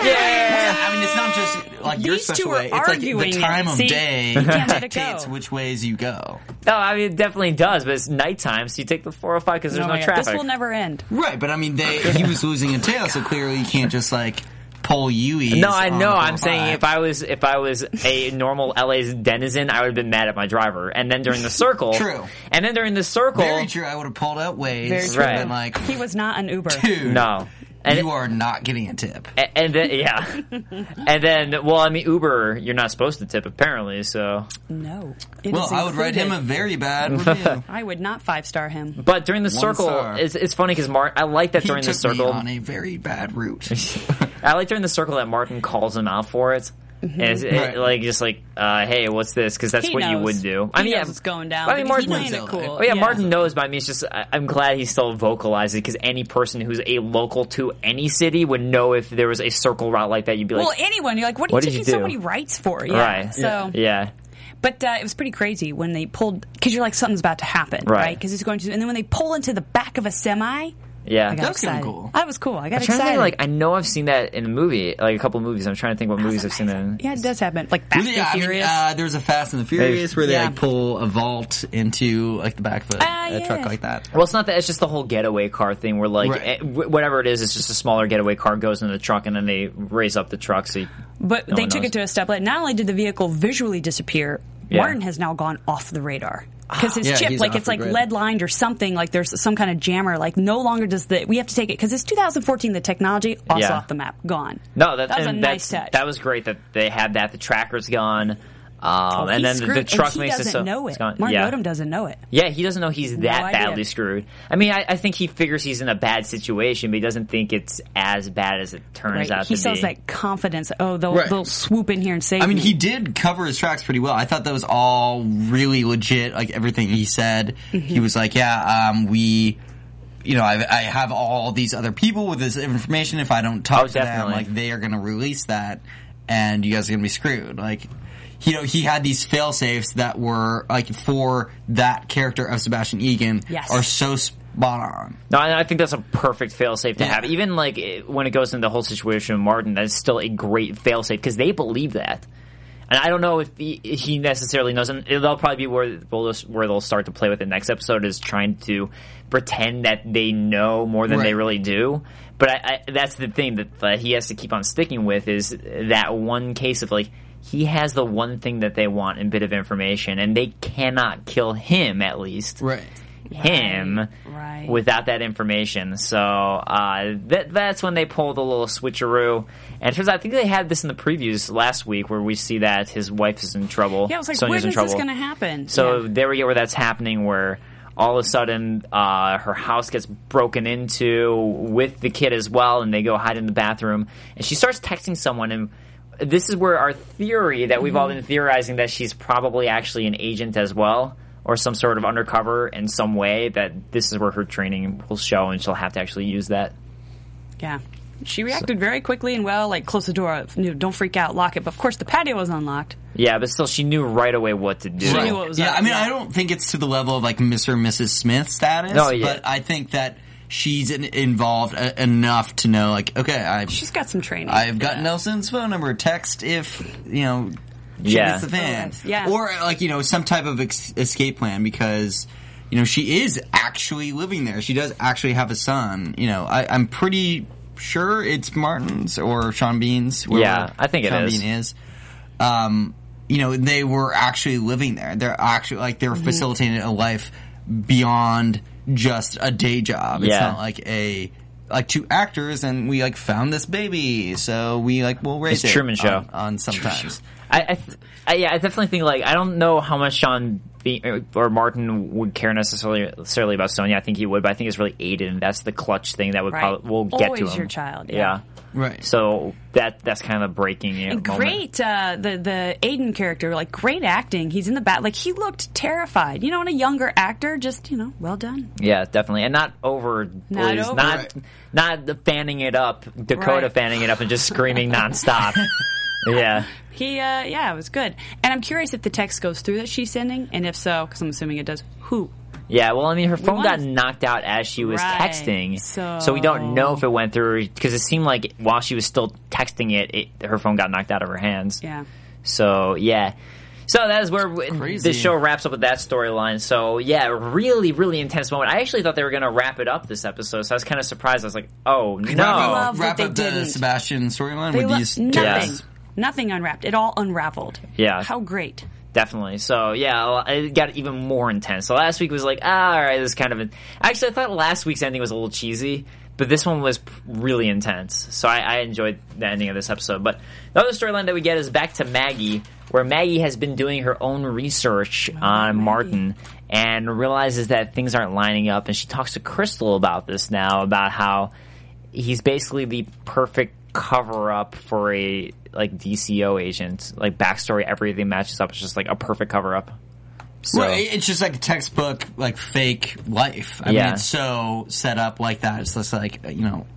Speaker 4: Yeah, I mean, it's not just like your
Speaker 5: These two
Speaker 4: special
Speaker 5: are
Speaker 4: way. It's like
Speaker 5: arguing
Speaker 4: the
Speaker 5: it,
Speaker 4: time of
Speaker 5: see?
Speaker 4: day
Speaker 5: Yeah, way to
Speaker 4: dictates
Speaker 5: go.
Speaker 4: which ways you go.
Speaker 3: No, I mean it definitely does, but it's nighttime, so you take the 405 because there's
Speaker 5: oh
Speaker 3: no
Speaker 5: my God,
Speaker 3: traffic.
Speaker 5: This will never end.
Speaker 4: Right, but I mean, they he was losing a tail, so clearly you can't just like pull Yui.
Speaker 3: No, I know. I'm saying if I was if I was a normal LA's denizen, I would have been mad at my driver. And then during the circle,
Speaker 4: True.
Speaker 3: And then during the circle,
Speaker 4: very true, I would have pulled out ways.
Speaker 5: Very
Speaker 3: true.
Speaker 4: And been like,
Speaker 5: He was not an Uber.
Speaker 4: dude,
Speaker 3: no, and
Speaker 4: you are not getting a tip.
Speaker 3: and, then yeah, and then well, I mean Uber, you're not supposed to tip apparently. So,
Speaker 5: No. It
Speaker 4: Well,
Speaker 5: is
Speaker 4: I would write him a
Speaker 5: included.
Speaker 4: very bad review.
Speaker 5: I would not five star him.
Speaker 3: but during the circle,
Speaker 4: star.
Speaker 3: it's, it's funny because Mark, I like that
Speaker 4: he
Speaker 3: during
Speaker 4: took
Speaker 3: the circle.
Speaker 4: me on a very bad route.
Speaker 3: I like during the circle that Martin calls him out for it. And it's, it-
Speaker 4: Right.
Speaker 3: like just like, uh, hey, what's this? Because that's
Speaker 5: Mm-hmm. He
Speaker 3: what you
Speaker 5: knows.
Speaker 3: would do.
Speaker 5: He knows what's going down,
Speaker 3: I mean,
Speaker 5: because
Speaker 3: Martin
Speaker 5: he's playing it cool.
Speaker 3: Oh yeah,
Speaker 5: Yeah.
Speaker 3: Martin knows. But I mean, it's just I, I'm glad he still vocalized it because any person who's a local to any city would know if there was a circle route like that. You'd be like,
Speaker 5: Well, anyone, you're like, what,
Speaker 3: What
Speaker 5: do
Speaker 3: did
Speaker 5: you
Speaker 3: you
Speaker 5: think
Speaker 3: do?
Speaker 5: somebody writes for? Yeah.
Speaker 3: right?
Speaker 5: So,
Speaker 3: yeah,
Speaker 5: But uh, it was pretty crazy when they pulled because you're like something's about to happen,
Speaker 3: Right.
Speaker 5: right? Because it's going to, and then when they pull into the back of a semi,
Speaker 3: Yeah.
Speaker 5: I got
Speaker 4: That was kinda
Speaker 5: excited.
Speaker 4: cool.
Speaker 5: I was cool. I got
Speaker 3: I'm trying to
Speaker 5: excited.
Speaker 3: think, like, I know I've seen that in a movie, like a couple of movies. I'm trying to think what movies I've seen it in.
Speaker 5: yeah, it does happen. Like Fast
Speaker 4: Yeah, I
Speaker 5: and
Speaker 4: mean,
Speaker 5: Furious.
Speaker 4: uh, there's a Fast and the Furious where they
Speaker 5: Yeah.
Speaker 4: like pull a vault into like the back of a,
Speaker 5: Ah,
Speaker 4: a
Speaker 5: yeah.
Speaker 4: truck like that.
Speaker 3: Well, it's not that. It's just the whole getaway car thing, where like
Speaker 4: Right.
Speaker 3: eh, wh- whatever it is, it's just a smaller getaway car goes into the truck, and then they raise up the truck. So, you,
Speaker 5: but
Speaker 3: no
Speaker 5: they
Speaker 3: one
Speaker 5: took
Speaker 3: knows.
Speaker 5: it to a step. Like, not only did the vehicle visually disappear,
Speaker 3: Yeah. Ah.
Speaker 5: Martin has now gone off the radar. Because his
Speaker 4: Yeah,
Speaker 5: chip,
Speaker 4: he's
Speaker 5: like
Speaker 4: off
Speaker 5: it's
Speaker 4: the
Speaker 5: like
Speaker 4: grid.
Speaker 5: lead lined or something, like there's some kind of jammer. Like no longer does the we have to take it because it's 2014. The technology also
Speaker 3: Yeah.
Speaker 5: off the map, gone.
Speaker 3: no, that,
Speaker 5: that was a
Speaker 3: and
Speaker 5: nice
Speaker 3: that's-
Speaker 5: touch.
Speaker 3: That was great that they had that. The tracker's gone, um, and
Speaker 5: He's
Speaker 3: then the,
Speaker 5: screwed,
Speaker 3: the truck
Speaker 5: and he
Speaker 3: makes
Speaker 5: doesn't
Speaker 3: it so
Speaker 5: know
Speaker 3: it's
Speaker 5: it.
Speaker 3: gone.
Speaker 5: Martin
Speaker 3: yeah.
Speaker 5: Odom doesn't know it.
Speaker 3: Yeah, he doesn't know he's that
Speaker 5: idea.
Speaker 3: badly screwed. I mean, I, I think he figures he's in a bad situation, but he doesn't think it's as bad as it turns
Speaker 5: Right?
Speaker 3: out
Speaker 5: He
Speaker 3: to
Speaker 5: sells
Speaker 3: be.
Speaker 5: that confidence. Oh, they'll
Speaker 4: Right.
Speaker 5: they'll swoop in here and save.
Speaker 4: I mean,
Speaker 5: me.
Speaker 4: he did cover his tracks pretty well. I thought that was all really legit. Like everything he said, he was like, "Yeah, um, we." You know, I, I have all these other people with this information. If I don't talk
Speaker 3: Oh,
Speaker 4: to
Speaker 3: definitely.
Speaker 4: them, like they are going to release that, and you guys are going to be screwed. Like, you know, he had these fail safes that were like for that character of Sebastian Egan
Speaker 5: Yes.
Speaker 4: are so spot on.
Speaker 3: No, and I think that's a perfect failsafe to
Speaker 4: Yeah.
Speaker 3: have. Even like it- when it goes into the whole situation with Martin, that's still a great failsafe because they believe that. And I don't know if he, he necessarily knows, and that'll probably be where we'll- where they'll start to play with the next episode is trying to pretend that they know more than they
Speaker 4: Right.
Speaker 3: really do. But I, I, that's the thing that, that he has to keep on sticking with is that one case of like he has the one thing that they want and bit of information, and they cannot kill him at least
Speaker 4: Right.
Speaker 3: him
Speaker 5: right.
Speaker 3: without that information. So uh, that that's when they pull the little switcheroo. And it turns out, I think they had this in the previews last week where we see that his wife is in trouble.
Speaker 5: Yeah, I was like,
Speaker 3: Sonya's
Speaker 5: when
Speaker 3: in
Speaker 5: is
Speaker 3: trouble.
Speaker 5: this going to happen?
Speaker 3: So
Speaker 5: Yeah.
Speaker 3: there we get where that's happening, where all of a sudden uh, her house gets broken into with the kid as well, and they go hide in the bathroom, and she starts texting someone and. This is where our theory that we've all
Speaker 5: Mm-hmm.
Speaker 3: been theorizing that she's probably actually an agent as well, or some sort of undercover in some way. That this is where her training will show, and she'll have to actually use that.
Speaker 5: Yeah. She reacted very quickly and well, like close the door, you know, don't freak out, lock it. But of course, the patio was unlocked.
Speaker 3: Yeah, but still, she knew right away what to do.
Speaker 5: She
Speaker 4: Right.
Speaker 5: knew what was
Speaker 4: yeah,
Speaker 5: up,
Speaker 4: I mean,
Speaker 5: yeah.
Speaker 4: I don't think it's to the level of like Mr. and Mrs. Smith status.
Speaker 3: No, yeah.
Speaker 4: But I think that she's in, involved uh, enough to know, like, okay, I've,
Speaker 5: She's got some training.
Speaker 4: I've got Nelson's phone number. Text if, you know, she
Speaker 3: Yeah.
Speaker 4: hits the fan.
Speaker 5: Oh, yeah.
Speaker 4: Or like, you know, some type of ex- escape plan because, you know, she is actually living there. She does actually have a son. You know, I, I'm pretty sure it's Martin's or Sean Bean's. whoever
Speaker 3: Yeah, I think it
Speaker 4: Sean
Speaker 3: is.
Speaker 4: Bean is um, you know, they were actually living there. They're actually like they're facilitating a life beyond just a day job. It's
Speaker 3: Yeah.
Speaker 4: not like a like two actors and we like found this baby, so we like we'll raise
Speaker 3: It's
Speaker 4: it
Speaker 3: Truman Show.
Speaker 4: on, on sometimes.
Speaker 3: I, I, th- I yeah, I definitely think like I don't know how much Sean Be- or Martin would care necessarily necessarily about Sonya. I think he would, but I think it's really Aiden. and That's the clutch thing that would
Speaker 5: Right.
Speaker 3: probably we'll get to
Speaker 5: Always
Speaker 3: him.
Speaker 5: your child, yeah.
Speaker 4: Right.
Speaker 3: So that that's kind of breaking it.
Speaker 5: And great, uh, the the Aiden character, like great acting. He's in the bat, like he looked terrified. You know, and a younger actor, just you know, well done.
Speaker 3: Yeah, definitely, and not over,
Speaker 5: Not
Speaker 3: Blues.
Speaker 5: over.
Speaker 3: not
Speaker 4: Right.
Speaker 3: not the fanning it up, Dakota
Speaker 5: Right.
Speaker 3: fanning it up, and just screaming nonstop. yeah,
Speaker 5: He, uh, yeah, it was good. And I'm curious if the text goes through that she's sending, and if so, because I'm assuming it does. Who?
Speaker 3: yeah. Well, I mean, her phone
Speaker 5: wanna-
Speaker 3: got knocked out as she was
Speaker 5: Right.
Speaker 3: texting,
Speaker 5: So-
Speaker 3: we don't know if it went through because it seemed like while she was still texting it, it her phone got knocked out of her hands.
Speaker 5: Yeah.
Speaker 3: So yeah. So that is where
Speaker 4: Crazy.
Speaker 3: the show wraps up with that storyline. So yeah, really, really intense moment. I actually thought they were going to wrap it up this episode, so I was kind of surprised. I was like, oh no,
Speaker 5: love that
Speaker 4: wrap
Speaker 5: they
Speaker 4: up the
Speaker 5: didn't.
Speaker 4: Sebastian storyline
Speaker 5: They
Speaker 4: with
Speaker 5: lo-
Speaker 4: these
Speaker 5: nothing,
Speaker 3: Yes.
Speaker 5: nothing unwrapped. It all unraveled.
Speaker 3: Yeah.
Speaker 5: How great.
Speaker 3: definitely. So yeah, it got even more intense. So last week was like, ah, all right, this is kind of. A- actually, I thought last week's ending was a little cheesy, but this one was p- really intense. So I, I enjoyed the ending of this episode. But the other storyline that we get is back to Maggie, where Maggie has been doing her own research on Martin and realizes that things aren't lining up. And she talks to Crystal about this now, about how he's basically the perfect cover up for a like DCO agent. Like backstory, everything matches up. It's just like a perfect cover up. So
Speaker 4: Right, it's just like a textbook, like fake life. I
Speaker 3: Yeah.
Speaker 4: mean, it's so set up like that. It's just like you know,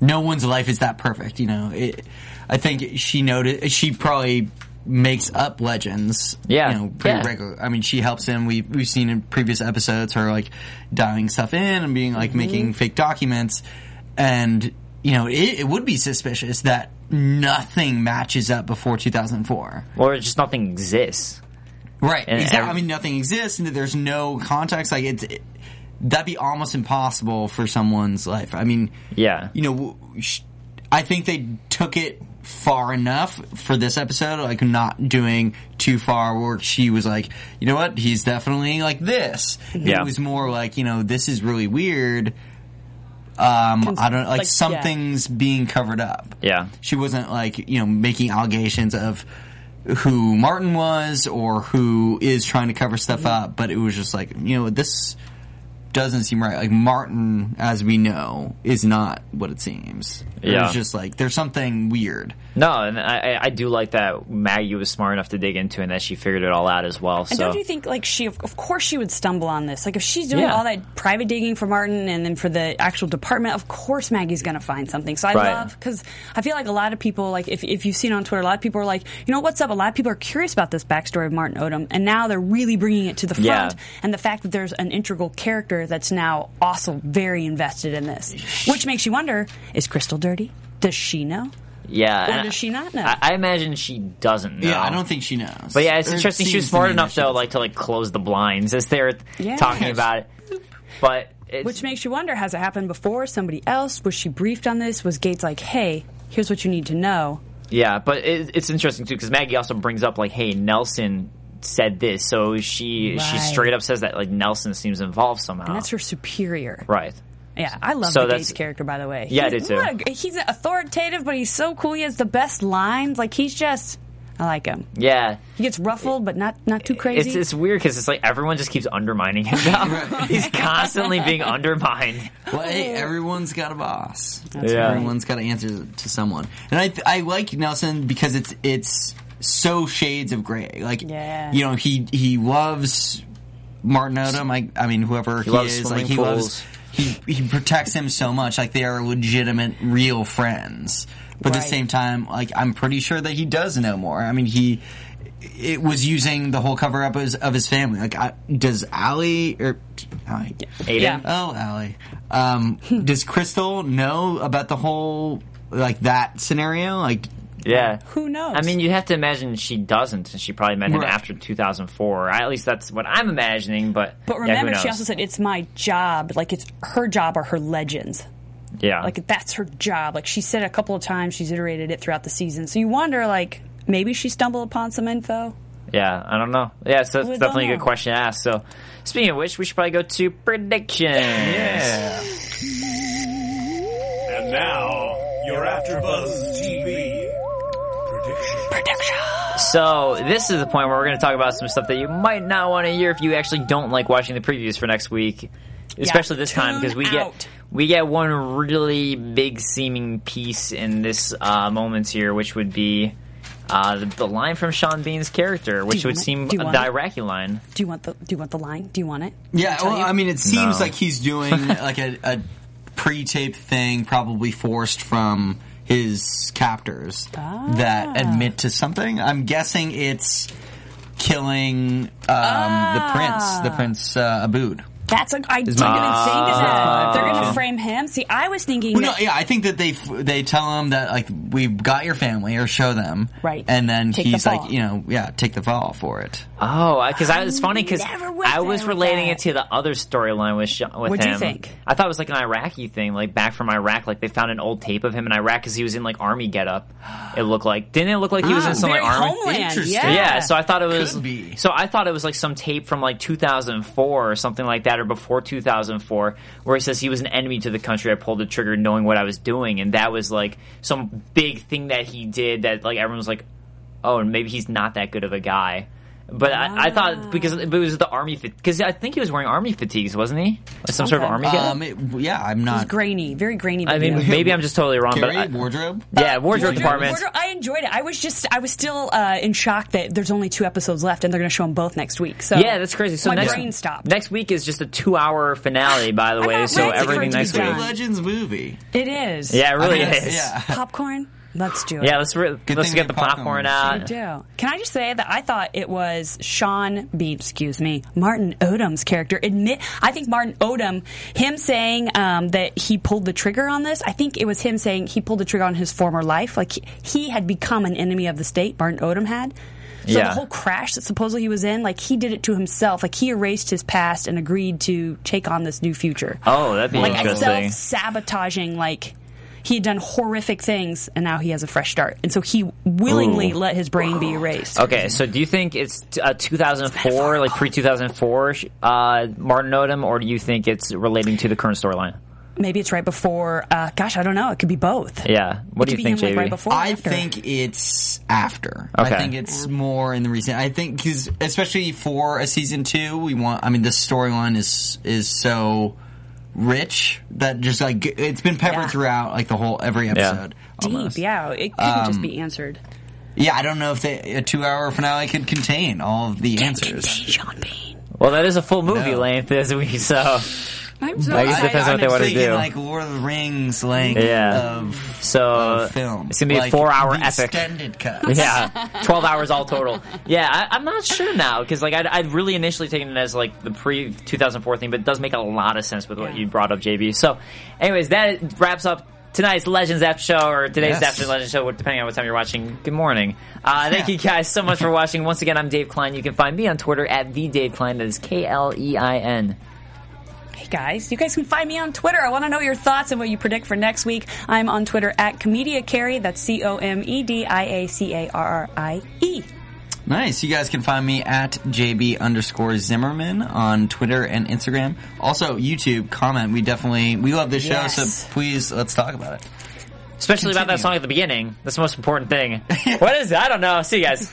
Speaker 4: no one's life is that perfect. You know, it, I think she noticed. She probably makes up legends.
Speaker 3: Yeah.
Speaker 4: you know, pretty
Speaker 3: Yeah.
Speaker 4: regular. I mean, she helps him. We we've seen in previous episodes her like dialing stuff in and being like
Speaker 3: Mm-hmm.
Speaker 4: making fake documents, and you know it, it would be suspicious that nothing matches up before 2004.
Speaker 3: or just nothing exists.
Speaker 4: Right.
Speaker 3: And
Speaker 4: exactly.
Speaker 3: every-
Speaker 4: I mean, nothing exists, and that there's no context. Like it's it, that'd be almost impossible for someone's life. I mean,
Speaker 3: Yeah.
Speaker 4: you know, w- sh- I think they took it far enough for this episode, like not doing too far where she was like, you know what, he's definitely like this.
Speaker 3: Yeah.
Speaker 4: It was more like, you know, this is really weird. Um, I don't like,
Speaker 5: like, yeah.
Speaker 4: something's being covered up.
Speaker 3: Yeah.
Speaker 4: She wasn't like, you know, making allegations of who Martin was or who is trying to cover stuff up, but it was just like, you know, this doesn't seem right. Like Martin, as we know, is not what it seems. It
Speaker 3: Yeah.
Speaker 4: was just like there's something weird.
Speaker 3: No, and I, I- I do like that Maggie was smart enough to dig into and that she figured it all out as well.
Speaker 5: And
Speaker 3: So
Speaker 5: don't you think, like, she, of of course, she would stumble on this? Like, if she's doing
Speaker 3: Yeah.
Speaker 5: all that private digging for Martin and then for the actual department, of course Maggie's going to find something. So I
Speaker 3: Right.
Speaker 5: love, because I feel like a lot of people, like, if, if you've seen on Twitter, a lot of people are like, you know, what's up? A lot of people are curious about this backstory of Martin Odom, and now they're really bringing it to the front.
Speaker 3: Yeah.
Speaker 5: And the fact that there's an integral character that's now also very invested in this, which makes you wonder is Crystal dirty? Does she know?
Speaker 3: yeah,
Speaker 5: Or
Speaker 3: and
Speaker 5: does she not know?
Speaker 3: I, I imagine she doesn't know.
Speaker 4: Yeah, I don't think she knows.
Speaker 3: But yeah, it's interesting. She was smart enough though, like to like close the blinds as they were
Speaker 5: Yeah.
Speaker 3: talking about it. But it's,
Speaker 5: Which makes you wonder has it happened before? Somebody else? Was she briefed on this? Was Gates like, hey, here's what you need to know?
Speaker 3: yeah, but it, it's interesting too because Maggie also brings up like, hey, Nelson said this, so she she
Speaker 5: Right.
Speaker 3: straight up says that like Nelson seems involved somehow.
Speaker 5: That's her superior.
Speaker 3: right.
Speaker 5: Yeah, I love
Speaker 3: So
Speaker 5: the
Speaker 3: that's-
Speaker 5: Gates character, by the way.
Speaker 3: Yeah, I
Speaker 5: He's-
Speaker 3: did too.
Speaker 5: what a g- he's authoritative, but he's so cool. He has the best lines. Like, he's just. I like him.
Speaker 3: Yeah.
Speaker 5: He gets ruffled, but not not too crazy.
Speaker 3: It's it's weird because it's like everyone just keeps undermining him. Now. He's constantly being undermined.
Speaker 4: Well, hey, everyone's got a boss.
Speaker 3: yeah.
Speaker 4: Everyone's got to answer to someone, and I I like Nelson because it's it's so shades of gray. Like,
Speaker 5: Yeah.
Speaker 4: you know, he he loves Martin Odom. I I mean, whoever he,
Speaker 3: loves
Speaker 4: is, like
Speaker 3: swimming
Speaker 4: he
Speaker 3: pools.
Speaker 4: loves he he protects him so much. Like they are legitimate, real friends. But at
Speaker 5: Right.
Speaker 4: the same time, like I'm pretty sure that he does know more. I mean, he it was using the whole cover up of his, of his family. Like, I, does Allie or Allie?
Speaker 3: Aiden.
Speaker 5: Yeah.
Speaker 4: Oh, Allie. Um, does Crystal know about the whole like that scenario? Like,
Speaker 3: Yeah.
Speaker 5: Who knows?
Speaker 3: I mean, you have to imagine she doesn't, and she probably met him
Speaker 4: Right.
Speaker 3: after 2004. at least that's what I'm imagining. But
Speaker 5: but
Speaker 3: yeah, who
Speaker 5: remember, she
Speaker 3: knows?
Speaker 5: also said it's my job. Like, it's her job or her legends.
Speaker 3: yeah,
Speaker 5: Like, that's her job. Like, she said a couple of times. She's iterated it throughout the season. So you wonder, like, maybe she stumbled upon some info.
Speaker 3: yeah. I don't know. Yeah, so
Speaker 5: We don't
Speaker 3: it's definitely a good
Speaker 5: know.
Speaker 3: question to ask. So, speaking of which, we should probably go to predictions.
Speaker 6: And now, your AfterBuzz TV prediction.
Speaker 3: So this is the point where we're going to talk about some stuff that you might not want to hear if you actually don't like watching the previews for next week, especially this time because
Speaker 5: tune
Speaker 3: we
Speaker 5: out.
Speaker 3: get we get one really big seeming piece in this uh, moment here, which would be uh, the, the line from Sean Bean's character, which
Speaker 5: you
Speaker 3: would
Speaker 5: want it?
Speaker 3: seem
Speaker 5: Do
Speaker 3: a
Speaker 5: you want it?
Speaker 3: Dirac line.
Speaker 5: Do you want the Do you want the line? Do you want it?
Speaker 4: yeah. Well,
Speaker 5: you?
Speaker 4: I mean, it seems
Speaker 3: No.
Speaker 4: like he's doing like a, a pre-taped thing, probably forced from his captors
Speaker 5: Ah.
Speaker 4: that admit to something. I'm guessing it's killing um,
Speaker 5: Ah.
Speaker 4: the prince, the prince uh, Abood.
Speaker 5: That's a, I didn't think of
Speaker 3: Ah,
Speaker 5: that. They're going to frame him. See, I was thinking.
Speaker 4: Well,
Speaker 5: that-
Speaker 4: no, yeah, I think that they f- they tell him that like we've got your family or show them,
Speaker 5: Right.
Speaker 4: And then
Speaker 5: Take the
Speaker 4: he's
Speaker 5: fall.
Speaker 4: like, you know, yeah, take the fall for it.
Speaker 3: Oh, because I, it's funny because
Speaker 5: never went
Speaker 3: I was
Speaker 5: there with
Speaker 3: relating
Speaker 5: that.
Speaker 3: it to the other storyline with Sha- with
Speaker 5: What'd you
Speaker 3: him.
Speaker 5: think?
Speaker 3: I thought it was like an Iraqi thing, like back from Iraq. Like they found an old tape of him in Iraq because he was in like army getup. It looked like didn't it look like he was
Speaker 5: Ah,
Speaker 3: in some like
Speaker 5: very
Speaker 3: army?
Speaker 5: homeland.
Speaker 4: Interesting.
Speaker 5: Yeah.
Speaker 3: Yeah. so I thought it was.
Speaker 4: Could be.
Speaker 3: So I thought it was like some tape from like 2004 or something like that, or before 2004, where it says he was an enemy to the country. I pulled the trigger knowing what I was doing, and that was like some big thing that he did that like everyone was like, oh, and maybe he's not that good of a guy. But I, I thought because it was the army because I think he was wearing army fatigues, wasn't he? Like some sort of
Speaker 5: Okay.
Speaker 3: army getup?
Speaker 4: Um, it, yeah, I'm
Speaker 5: it was
Speaker 4: not.
Speaker 5: grainy, very grainy.
Speaker 3: I mean,
Speaker 5: video.
Speaker 3: maybe I'm just totally wrong. but
Speaker 4: Gary,
Speaker 3: I-
Speaker 4: wardrobe.
Speaker 3: yeah, wardrobe
Speaker 5: Wardrobe-
Speaker 3: department.
Speaker 5: Wardrobe- I enjoyed it. I was just, I was still uh, in shock that there's only two episodes left, and they're going to show them both next week. So
Speaker 3: Yeah, that's crazy. So
Speaker 5: Oh. my
Speaker 3: next
Speaker 5: brain stopped.
Speaker 3: next week is just a two-hour finale, by the
Speaker 5: I'm
Speaker 3: way.
Speaker 5: not
Speaker 3: So
Speaker 5: ready for it
Speaker 3: everything
Speaker 5: to be
Speaker 3: next
Speaker 5: done.
Speaker 3: week.
Speaker 4: Legends movie.
Speaker 5: it is.
Speaker 3: Yeah, it really
Speaker 4: Yes,
Speaker 3: is.
Speaker 4: Yeah.
Speaker 5: popcorn. Let's do it.
Speaker 3: Yeah, let's re-
Speaker 4: Good
Speaker 3: let's
Speaker 4: thing
Speaker 3: get the
Speaker 4: we have popcorn.
Speaker 3: popcorn
Speaker 5: I
Speaker 3: out.
Speaker 5: do. Can I just say that I thought it was Sean Bean, excuse me, Martin Odom's character. Admit, I think Martin Odom, him saying um, that he pulled the trigger on this, I think it was him saying he pulled the trigger on his former life. Like he, he had become an enemy of the state, Martin Odom had. So
Speaker 3: Yeah.
Speaker 5: the whole crash that supposedly he was in, like he did it to himself. Like he erased his past and agreed to take on this new future.
Speaker 3: Oh, that'd be
Speaker 5: like
Speaker 3: interesting.
Speaker 5: self sabotaging, like he had done horrific things and now he has a fresh start. And so he willingly let his brain be erased.
Speaker 3: Okay, so do you think it's t- uh, 2004, like pre 2004, uh, Martin Odom, or do you think it's relating to the current storyline?
Speaker 5: Maybe it's right before, uh, gosh, I don't know. It could be both.
Speaker 3: Yeah, what
Speaker 5: It could
Speaker 3: do you
Speaker 5: be
Speaker 3: think,
Speaker 5: him,
Speaker 3: JB?
Speaker 5: like, right before or
Speaker 4: I
Speaker 5: after.
Speaker 4: think it's after.
Speaker 3: Okay.
Speaker 4: I think it's more in the recent. I think because especially for a season two, we want. I mean, the storyline is is so rich that just like it's been peppered
Speaker 5: Yeah.
Speaker 4: throughout like the whole every episode.
Speaker 5: deep.
Speaker 4: almost.
Speaker 5: Yeah, it couldn't just
Speaker 3: Um,
Speaker 5: be answered.
Speaker 4: Yeah, I don't know if they, a two-hour finale could contain all of the answers.
Speaker 5: Sean Bean.
Speaker 3: well, that is a full movie
Speaker 4: No.
Speaker 3: length this week, so
Speaker 5: I'm so
Speaker 3: I guess it
Speaker 5: excited.
Speaker 3: depends what they
Speaker 4: I'm
Speaker 3: wanna
Speaker 4: thinking,
Speaker 3: do.
Speaker 4: Like Lord of the Rings length
Speaker 3: Yeah.
Speaker 4: of,
Speaker 3: so
Speaker 4: of film.
Speaker 3: Uh, it's gonna be
Speaker 4: Like,
Speaker 3: a four hour
Speaker 4: the
Speaker 3: epic.
Speaker 4: extended cut.
Speaker 3: yeah, twelve hours all total. Yeah, I, I'm not sure now because like I'd, I'd really initially taken it as like the pre 2004 thing, but it does make a lot of sense with what
Speaker 5: Yeah.
Speaker 3: you brought up, JB. So, anyways, that wraps up tonight's Legends After Show or today's
Speaker 4: Yes.
Speaker 3: After Legends Show, depending on what time you're watching. Good morning. Uh, thank
Speaker 4: Yeah.
Speaker 3: you guys so much for watching. Once again, I'm Dave Klein. You can find me on Twitter at the Dave Klein. That is K L E I N.
Speaker 5: Hey guys, you guys can find me on Twitter. I want to know your thoughts and what you predict for next week. I'm on Twitter at Comedia Carrie. That's C O M E D I A C A R R I E.
Speaker 4: Nice. You guys can find me at JB underscore Zimmerman on Twitter and Instagram. Also, YouTube, comment. We definitely, we love this show,
Speaker 5: Yes.
Speaker 4: so please, let's talk about it.
Speaker 3: Especially about that
Speaker 4: Continue.
Speaker 3: song at the beginning. That's the most important thing. what is it? I don't know. See you guys.